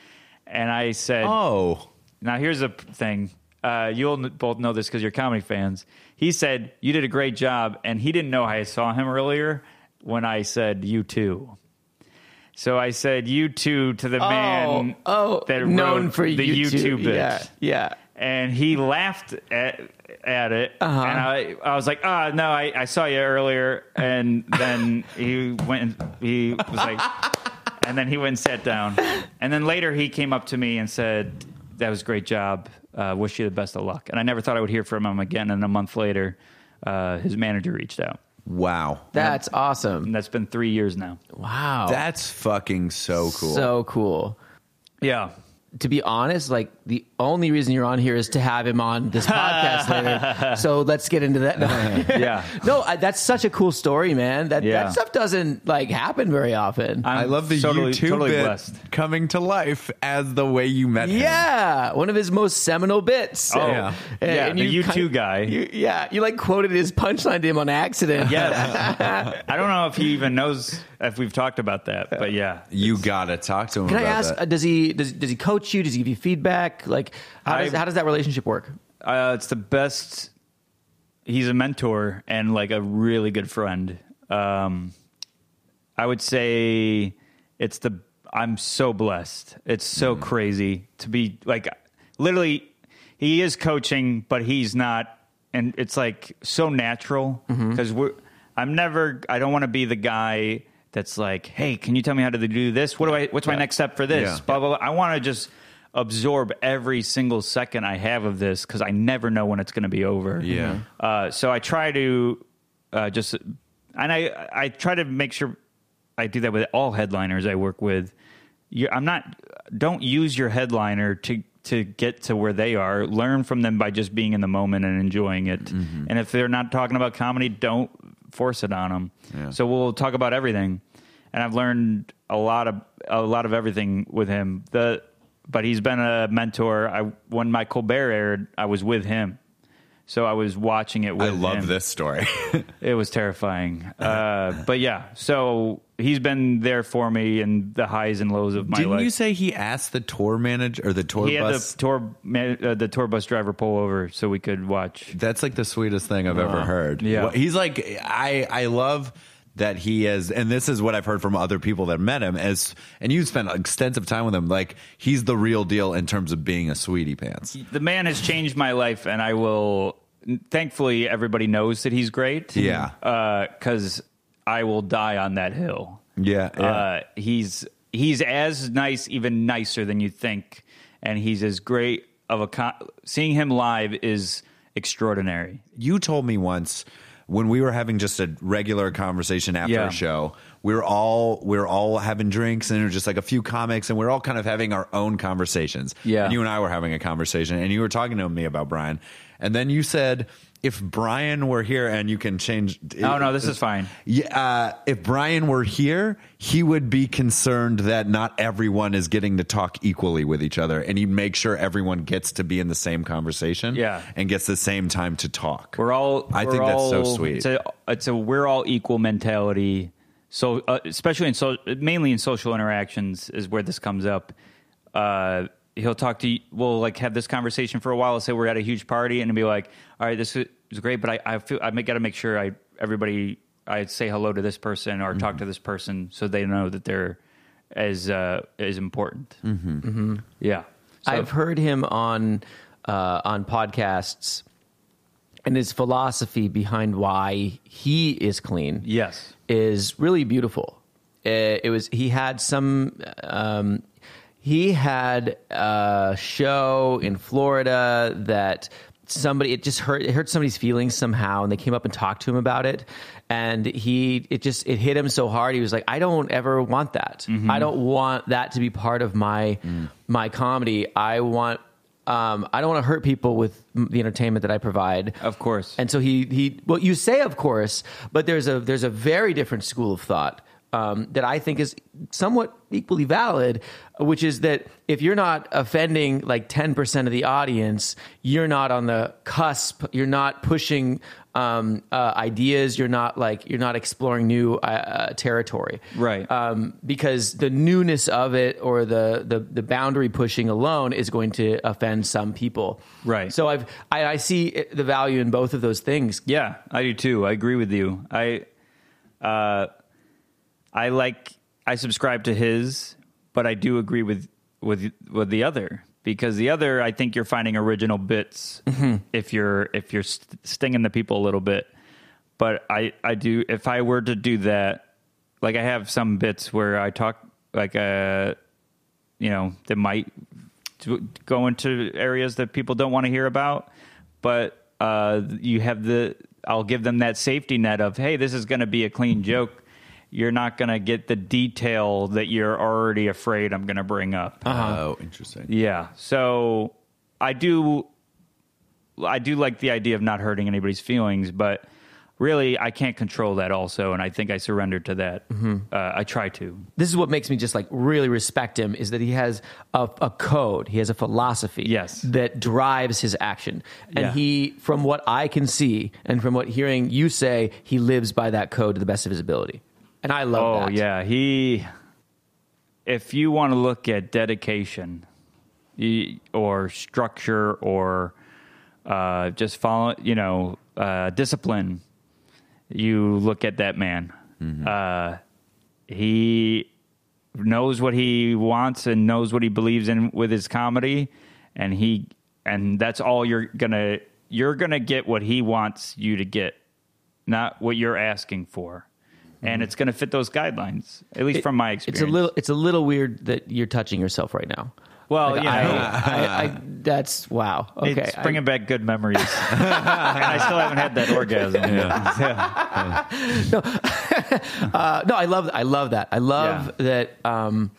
D: And I said,
B: Oh,
D: "Now here's a p- thing. Uh, you'll n- both know this because you're comedy fans." He said, "You did a great job," and he didn't know I saw him earlier when I said, "You too." So I said, "You too" to the man
C: oh,
D: that
C: known
D: wrote
C: for
D: the
C: YouTube.
D: YouTube bit
C: Yeah, yeah.
D: and he laughed at at it and I, I was like ah no I, I saw you earlier and then he went and he was like and then he went and sat down and then later he came up to me and said that was a great job uh, wish you the best of luck and i never thought i would hear from him again and a month later uh, his manager reached out
B: wow.
C: That's awesome.
D: and that's been three years now
C: Wow.
B: That's fucking so cool.
C: So cool.
D: yeah
C: To be honest, like the only reason you're on here is to have him on this podcast later. So let's get into that. *laughs* No,
D: yeah
C: no I, that's such a cool story, man. That
D: Yeah.
C: that stuff doesn't like happen very often.
D: I'm
B: *laughs* I love the
D: totally,
B: YouTube
D: totally
B: bit
D: blessed
B: coming to life as the way you met him.
C: yeah, one of his most seminal bits.
D: Oh,
B: Yeah.
C: And-
D: yeah,
C: and
D: the
C: you
D: U2
C: kind-
D: guy.
C: you- yeah, you like quoted his punchline to him on accident.
D: Yes. I don't know if he even knows if we've talked about that, but yeah.
B: You gotta talk to him.
C: Can I
B: about
C: ask?
B: that.
C: Uh, does he does does he coach you? Does he give you feedback? Like how does
D: I-
C: how does that relationship work?
D: Uh, it's the best. He's a mentor and like a really good friend. Um, I would say it's the. I'm so blessed. It's so
B: Mm-hmm.
D: crazy to be like, literally, he is coaching, but he's not, and it's like so natural
B: Mm-hmm.
D: because we're. I'm never. I don't want to be the guy that's like, hey, can you tell me how to do this? What do I? What's my next step for this?
B: Yeah.
D: Blah blah. blah. I want to just absorb every single second I have of this because I never know when it's going to be over.
B: Yeah.
D: Uh, so I try to uh, just, and I I try to make sure I do that with all headliners I work with. you I'm not. Don't use your headliner to to get to where they are. Learn from them by just being in the moment and enjoying it. And if they're not talking about comedy, don't force it on them.
B: Yeah.
D: So we'll talk about everything. And I've learned a lot of a lot of everything with him. The but he's been a mentor. I when my Colbert aired, I was with him. So I was watching it with
B: I love
D: him.
B: this story.
D: *laughs* It was terrifying. Uh, but yeah, so he's been there for me in the highs and lows of
B: *laughs*
D: my
B: Didn't
D: life.
B: you say he asked the tour manager or the tour
D: he had
B: bus?
D: the tour ma- uh, the tour bus driver pull over so we could watch.
B: That's like the sweetest thing I've ever heard.
D: Uh, Yeah.
B: Wha- he's like I I love that he is, and this is what I've heard from other people that met him. As and you spent extensive time with him, like he's the real deal in terms of being a sweetie pants.
D: The man has changed my life, and I will. Thankfully, everybody knows that he's great.
B: Yeah.
D: because I will die on that hill.
B: Yeah, yeah.
D: Uh, he's he's as nice, even nicer than you think, and he's as great of a. Con- Seeing him live is extraordinary.
B: you told me once when we were having just a regular conversation after
D: Yeah.
B: a show we were all we were all having drinks and there were just like a few comics and we are all kind of having our own conversations
D: Yeah.
B: and you and i were having a conversation and you were talking to me about brian and then you said if brian were here and you can change uh,
D: Oh no, this is fine.
B: yeah, uh, if Brian were here, he would be concerned that not everyone is getting to talk equally with each other, and he'd make sure everyone gets to be in the same conversation,
D: Yeah.
B: and gets the same time to talk.
D: We're all.
B: I
D: we're
B: think that's so
D: all-
B: sweet.
D: It's a, it's a we're all equal mentality. So uh, especially in so mainly in social interactions is where this comes up. Uh, he'll talk to you. We'll like have this conversation for a while. Say we're at a huge party and be like, all right, this is great, but I I feel I got to make sure I everybody I say hello to this person or
B: Mm-hmm.
D: talk to this person so they know that they're as uh, as important. Mm-hmm. Yeah. So,
C: I've heard him on uh, on podcasts and his philosophy behind why he is clean.
D: yes.
C: is really beautiful. Uh, It was he had some um, he had a show in Florida that somebody it just hurt it hurt somebody's feelings somehow and they came up and talked to him about it and he it just it hit him so hard he was like i don't ever want that i don't want that to be part of my my comedy i want um, i don't want to hurt people with the entertainment that i provide
D: Of course.
C: and so he he well you say of course, but there's a there's a very different school of thought um, that I think is somewhat equally valid, which is that if you're not offending like ten percent of the audience, you're not on the cusp. You're not pushing um, uh, ideas. You're not like you're not exploring new uh, uh, territory
D: Right.
C: um, because the newness of it or the, the the boundary pushing alone is going to offend some people.
D: Right.
C: So I've I, I see it- the value in both of those things.
D: Yeah, I do too. I agree with you. I uh I like I subscribe to his, but I do agree with with with the other because the other I think you're finding original bits if you're if you're st- stinging the people a little bit. But I I do if I were to do that, like I have some bits where I talk like uh you know that might to go into areas that people don't want to hear about but uh, you have the i'll give them that safety net of hey this is going to be a clean joke you're not going to get the detail that you're already afraid i'm going to bring up
B: Oh, interesting.
D: yeah so i do i do like the idea of not hurting anybody's feelings but really i can't control that also and i think i surrender to that uh, i try to
C: This is what makes me just like really respect him is that he has a, a code, he has a philosophy
D: Yes.
C: that drives his action, and
D: Yeah.
C: he, from what I can see and from what hearing you say, he lives by that code to the best of his ability, and I love
D: Oh
C: that.
D: yeah, he. If you want to look at dedication, you- or structure, or uh, just follow, you know, uh, discipline, you look at that man.
C: Mm-hmm.
D: Uh, he knows what he wants and knows what he believes in with his comedy, and he and that's all you're gonna you're gonna get what he wants you to get not what you're asking for. And it's going to fit those guidelines, at least from my experience.
C: Mm-hmm. It's a little. It's a little weird that you're touching yourself right now.
D: Well, Oh, you know,
C: I, I, I, that's wow. Okay,
D: it's bringing back good memories. *laughs* and I still haven't had that orgasm.
C: I- no, I love. I love that. I love
D: Yeah.
C: that. Um,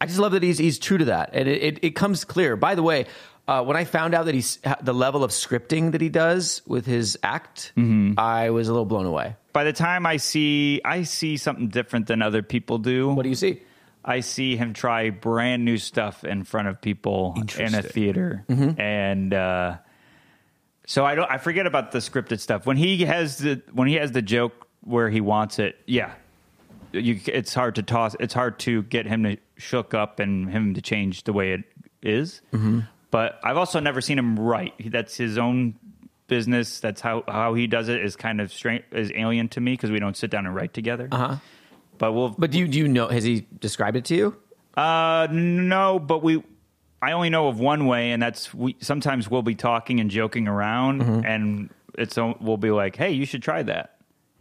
C: I just love that he's he's true to that, and it, it, it comes clear. By the way, uh, when I found out that he's the level of scripting that he does with his act,
D: Mm-hmm.
C: I was a little blown away.
D: *laughs* By the time I see, I see something different than other people do.
C: What do you see?
D: I see him try brand new stuff in front of people in a
B: Interesting.
D: theater, and uh, so I don't. I forget about the scripted stuff when he has the when he has the joke where he wants it. Yeah, you, it's hard to toss. It's hard to get him to shook up and him to change the way it is. But I've also never seen him write. He- That's his own business. That's how how he does it. Is kind of strange, is alien to me because we don't sit down and write together. Uh-huh. But we'll
C: But do you do you know? Has he described it to you?
D: uh, no, but we. I only know of one way, and that's we. Sometimes we'll be talking and joking around, and it's we'll be like, "Hey, you should try that."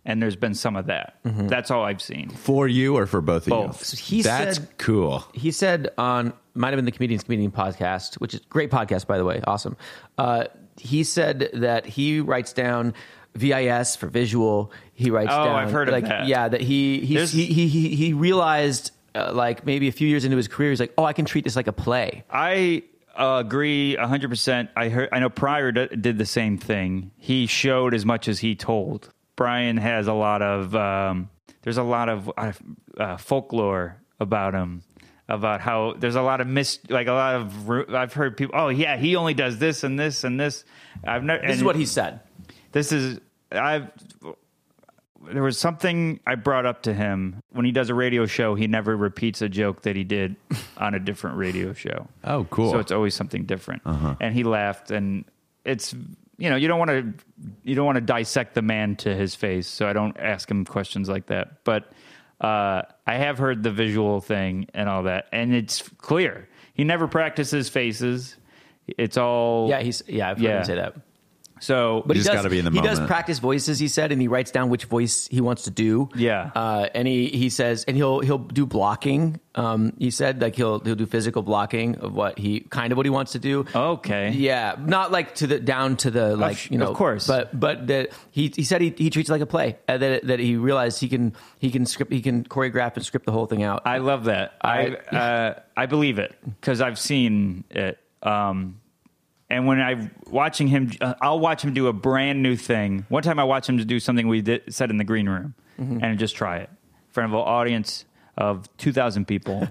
D: And there's been some of that. That's all I've seen.
B: For you or for both of
D: Both.
B: you?
C: He
B: That's
C: said-
B: cool.
C: he said on might have been the comedians comedian podcast which is a great podcast by the way awesome uh, he said that he writes down vis for visual he writes
D: Oh,
C: down
D: I've heard of
C: like
D: that.
C: yeah that he he
D: There's-
C: he, he, he, he realized uh, like maybe a few years into his career he's like oh i can treat this like a play
D: I uh, agree 100%. I heard I know Pryor d- did the same thing. He showed as much as he told. Brian has a lot of um, there's a lot of uh, uh, folklore about him about how there's a lot of mis like a lot of ru- I've heard people oh yeah, he only does this and this and this. I've never
C: this is what he said
D: this is I've there was something I brought up to him when he does a radio show. He never repeats a joke that he did on a different radio show.
B: Oh, cool.
D: So it's always something different. And he laughed, and it's you know you don't want to you don't want to dissect the man to his face. So I don't ask him questions like that. But uh, I have heard the visual thing and all that, and it's clear he never practices faces. It's all
C: yeah he's yeah i've heard him say that
D: So,
C: But
B: You
C: he
B: just
C: does,
B: gotta be in the
C: he does
B: moment.
C: practice voices, he said, and he writes down which voice he wants to do.
D: Yeah.
C: Uh, and he, he says, and he'll he'll do blocking. Um, he said like he'll he'll do physical blocking of what he kind of what he wants to do.
D: Okay.
C: Yeah, not like to the down to the like you
D: of
C: know
D: course.
C: but but that he he said he, he treats it like a play uh, that that he realized he can he can script he can choreograph and script the whole thing out.
D: I love that. I
C: I-
D: uh, I believe it because I've seen it. Um, and when I watching him, uh, I'll watch him do a brand new thing. One time I watched him to do something we did, said in the green room,
C: Mm-hmm.
D: and just try it in front of an audience of two thousand
C: *laughs*
D: people,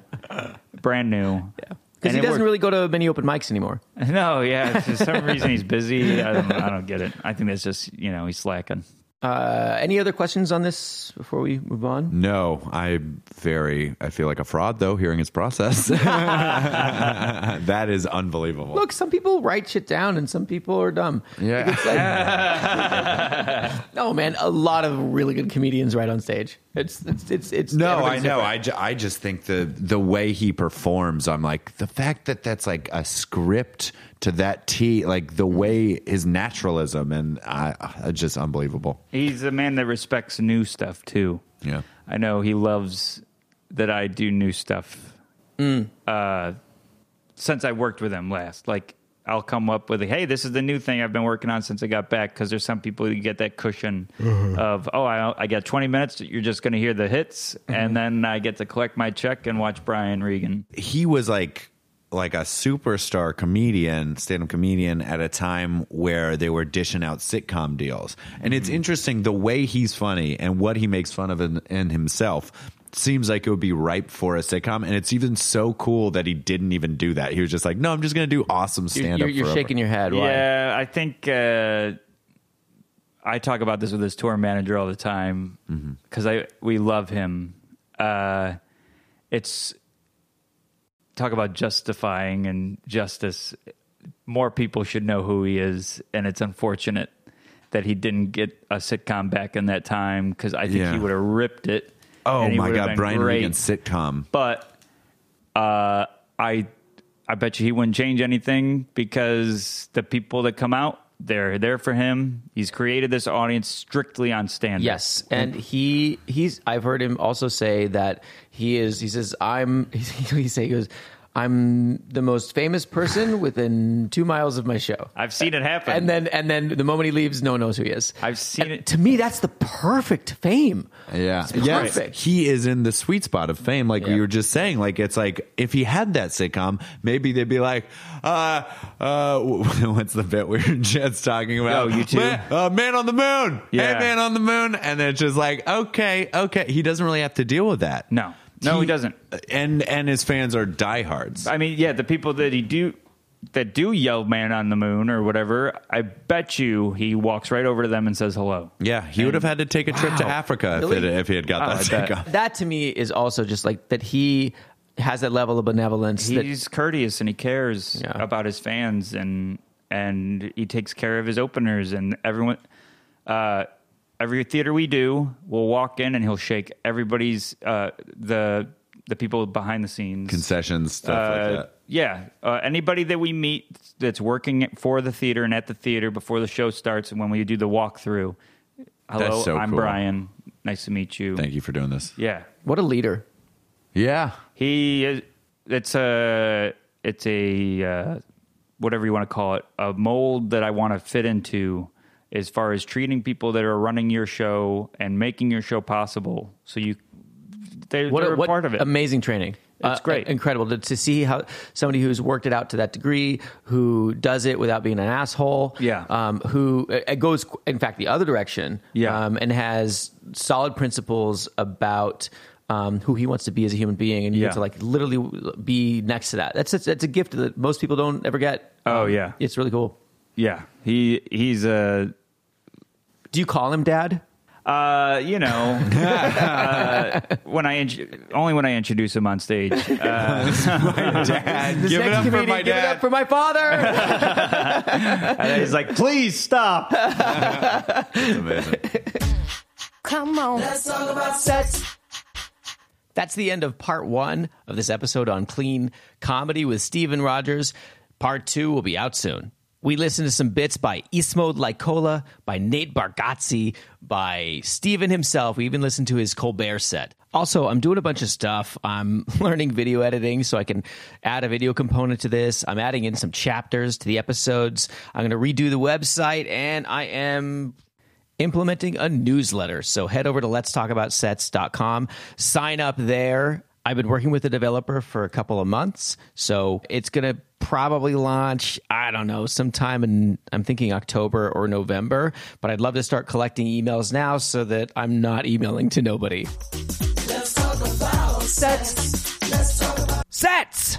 D: brand new. Yeah,
C: because he doesn't really go to many open mics anymore.
D: *laughs* No, yeah. For some reason he's busy. I don't, I don't get it. I think that's just you know he's slacking.
C: Uh, any other questions on this before we move on?
B: No, I very. I feel like a fraud though. Hearing his process, *laughs* that is unbelievable.
C: Look, some people write shit down and some people are dumb.
B: Yeah.
C: Like, it's
D: *laughs*
C: like- no, man, a lot of really good comedians write on stage. It's it's it's, it's
B: No, I
C: everybody's
B: know.
C: different.
B: I, ju- I just think the the way he performs, I'm like the fact that that's like a script to that T, like the way his naturalism and I, I just unbelievable.
D: He's a man that respects new stuff too.
B: Yeah.
D: I know he loves that I do new stuff. Uh, since I worked with him last, like I'll come up with, hey, this is the new thing I've been working on since I got back. Because there's some people who get that cushion of, oh, I, I got 20 minutes. You're just going to hear the hits, and then I get to collect my check and watch Brian Regan.
B: he was like like a superstar comedian, stand-up comedian at a time where they were dishing out sitcom deals. And it's
C: Mm-hmm.
B: interesting the way he's funny and what he makes fun of in, in himself seems like it would be ripe for a sitcom and it's even so cool that he didn't even do that. He was just like, "No, I'm just going to do awesome
C: You're,
B: stand-up."
C: you're, you're
B: forever."
C: shaking your head. Why?
D: Yeah, I think uh, I talk about this with his tour manager all the time
B: Mm-hmm.
D: because I we love him. Uh, it's talk about justifying and justice. More people should know who he is, and it's unfortunate that he didn't get a sitcom back in that time because I think
B: Yeah.
D: he would have ripped it.
B: Oh
D: and he
B: my
D: would've
B: god,
D: been
B: Brian
D: great
B: Regan sitcom.
D: but uh, I I bet you he wouldn't change anything because the people that come out they're there for him. He's created this audience strictly on stand.
C: Yes, and he he's I've heard him also say that he is he says I'm *laughs* he say he goes I'm the most
B: *laughs*
C: famous person within 2 miles of my show.
D: I've seen it happen.
C: And then and then the moment he leaves no one knows who he is.
D: I've seen
C: And
D: it.
C: To me that's the perfect fame.
B: Yeah.
C: It's
B: Yes.
C: perfect.
B: He is in the sweet spot of fame. Like
C: Yeah.
B: you were just saying, like, it's like if he had that sitcom, maybe they'd be like, uh, uh, *laughs* what's the bit *laughs* we were just talking about?
D: Oh, you too?
B: Man, uh, man on the moon.
D: Yeah.
B: Hey, man on the moon. And it's just like, okay, okay. He doesn't really have to deal with that.
D: No. No, he doesn't.
B: And, and his fans are diehards.
D: I mean, yeah, the people that he do that do yell "Man on the Moon" or whatever, I bet you he walks right over to them and says hello.
B: yeah. He would have had to take a trip to Africa if,
C: Really?
B: it, if he had got
D: Oh,
B: that
D: I bet.
B: sitcom.
C: That to me is also just like that he has that level of benevolence that
D: He's courteous and he cares
C: Yeah.
D: about his fans and and he takes care of his openers and everyone. Uh, every theater we do, we'll walk in and he'll shake everybody's uh, the the people behind the scenes.
B: Concessions, stuff like
D: Uh,
B: that.
D: yeah, uh, anybody that we meet that's working for the theater and at the theater before the show starts and when we do the walkthrough. Hello,
B: That's so
D: I'm
B: cool.
D: Brian. Nice to meet you.
B: Thank you for doing this.
D: Yeah,
C: what a leader.
B: Yeah.
D: he is. It's a. It's a. Uh, whatever you want to call it, a mold that I want to fit into as far as treating people that are running your show and making your show possible. So you, they,
C: what,
D: they're a
C: what
D: part of it.
C: Amazing training. Uh,
D: It's great.
C: incredible to, to see how somebody who's worked it out to that degree, who does it without being an asshole,
D: Yeah.
C: um, who uh, it goes, in fact, the other direction,
D: Yeah.
C: um, and has solid principles about um, who he wants to be as a human being, and you
D: Yeah.
C: get to like literally be next to that. That's a, that's a gift that most people don't ever get.
D: Oh,
C: Um,
D: yeah.
C: it's really cool.
D: yeah, he he's a.
C: Do you call him dad?
D: Uh, you know, *laughs* uh, when I int- only when I introduce him on stage. *laughs* Uh,
C: This
B: Give it
C: next
B: up for
C: comedian,
B: my
C: give it
B: dad.
C: up for my
B: *laughs*
C: father.
D: and he's like, "Please stop."
B: It's amazing.
G: Come on.
A: Let's talk about sex.
C: That's the end of part one of this episode on clean comedy with Steven Rogers. Part two will be out soon. We listened to some bits by Ismo Lycola, by Nate Bargatze, by Steven himself. We even listened to his Colbert set. Also, I'm doing a bunch of stuff. I'm *laughs* learning video editing so I can add a video component to this. I'm adding in some chapters to the episodes. I'm going to redo the website and I am implementing a newsletter. So head over to let's talk about sets.com, sign up there. I've been working with the developer for a couple of months, so it's going to probably launch, I don't know, sometime in I'm thinking October or November, but I'd love to start collecting emails now so that I'm not emailing to nobody.
A: Let's talk about sex. Let's talk about
C: Sets.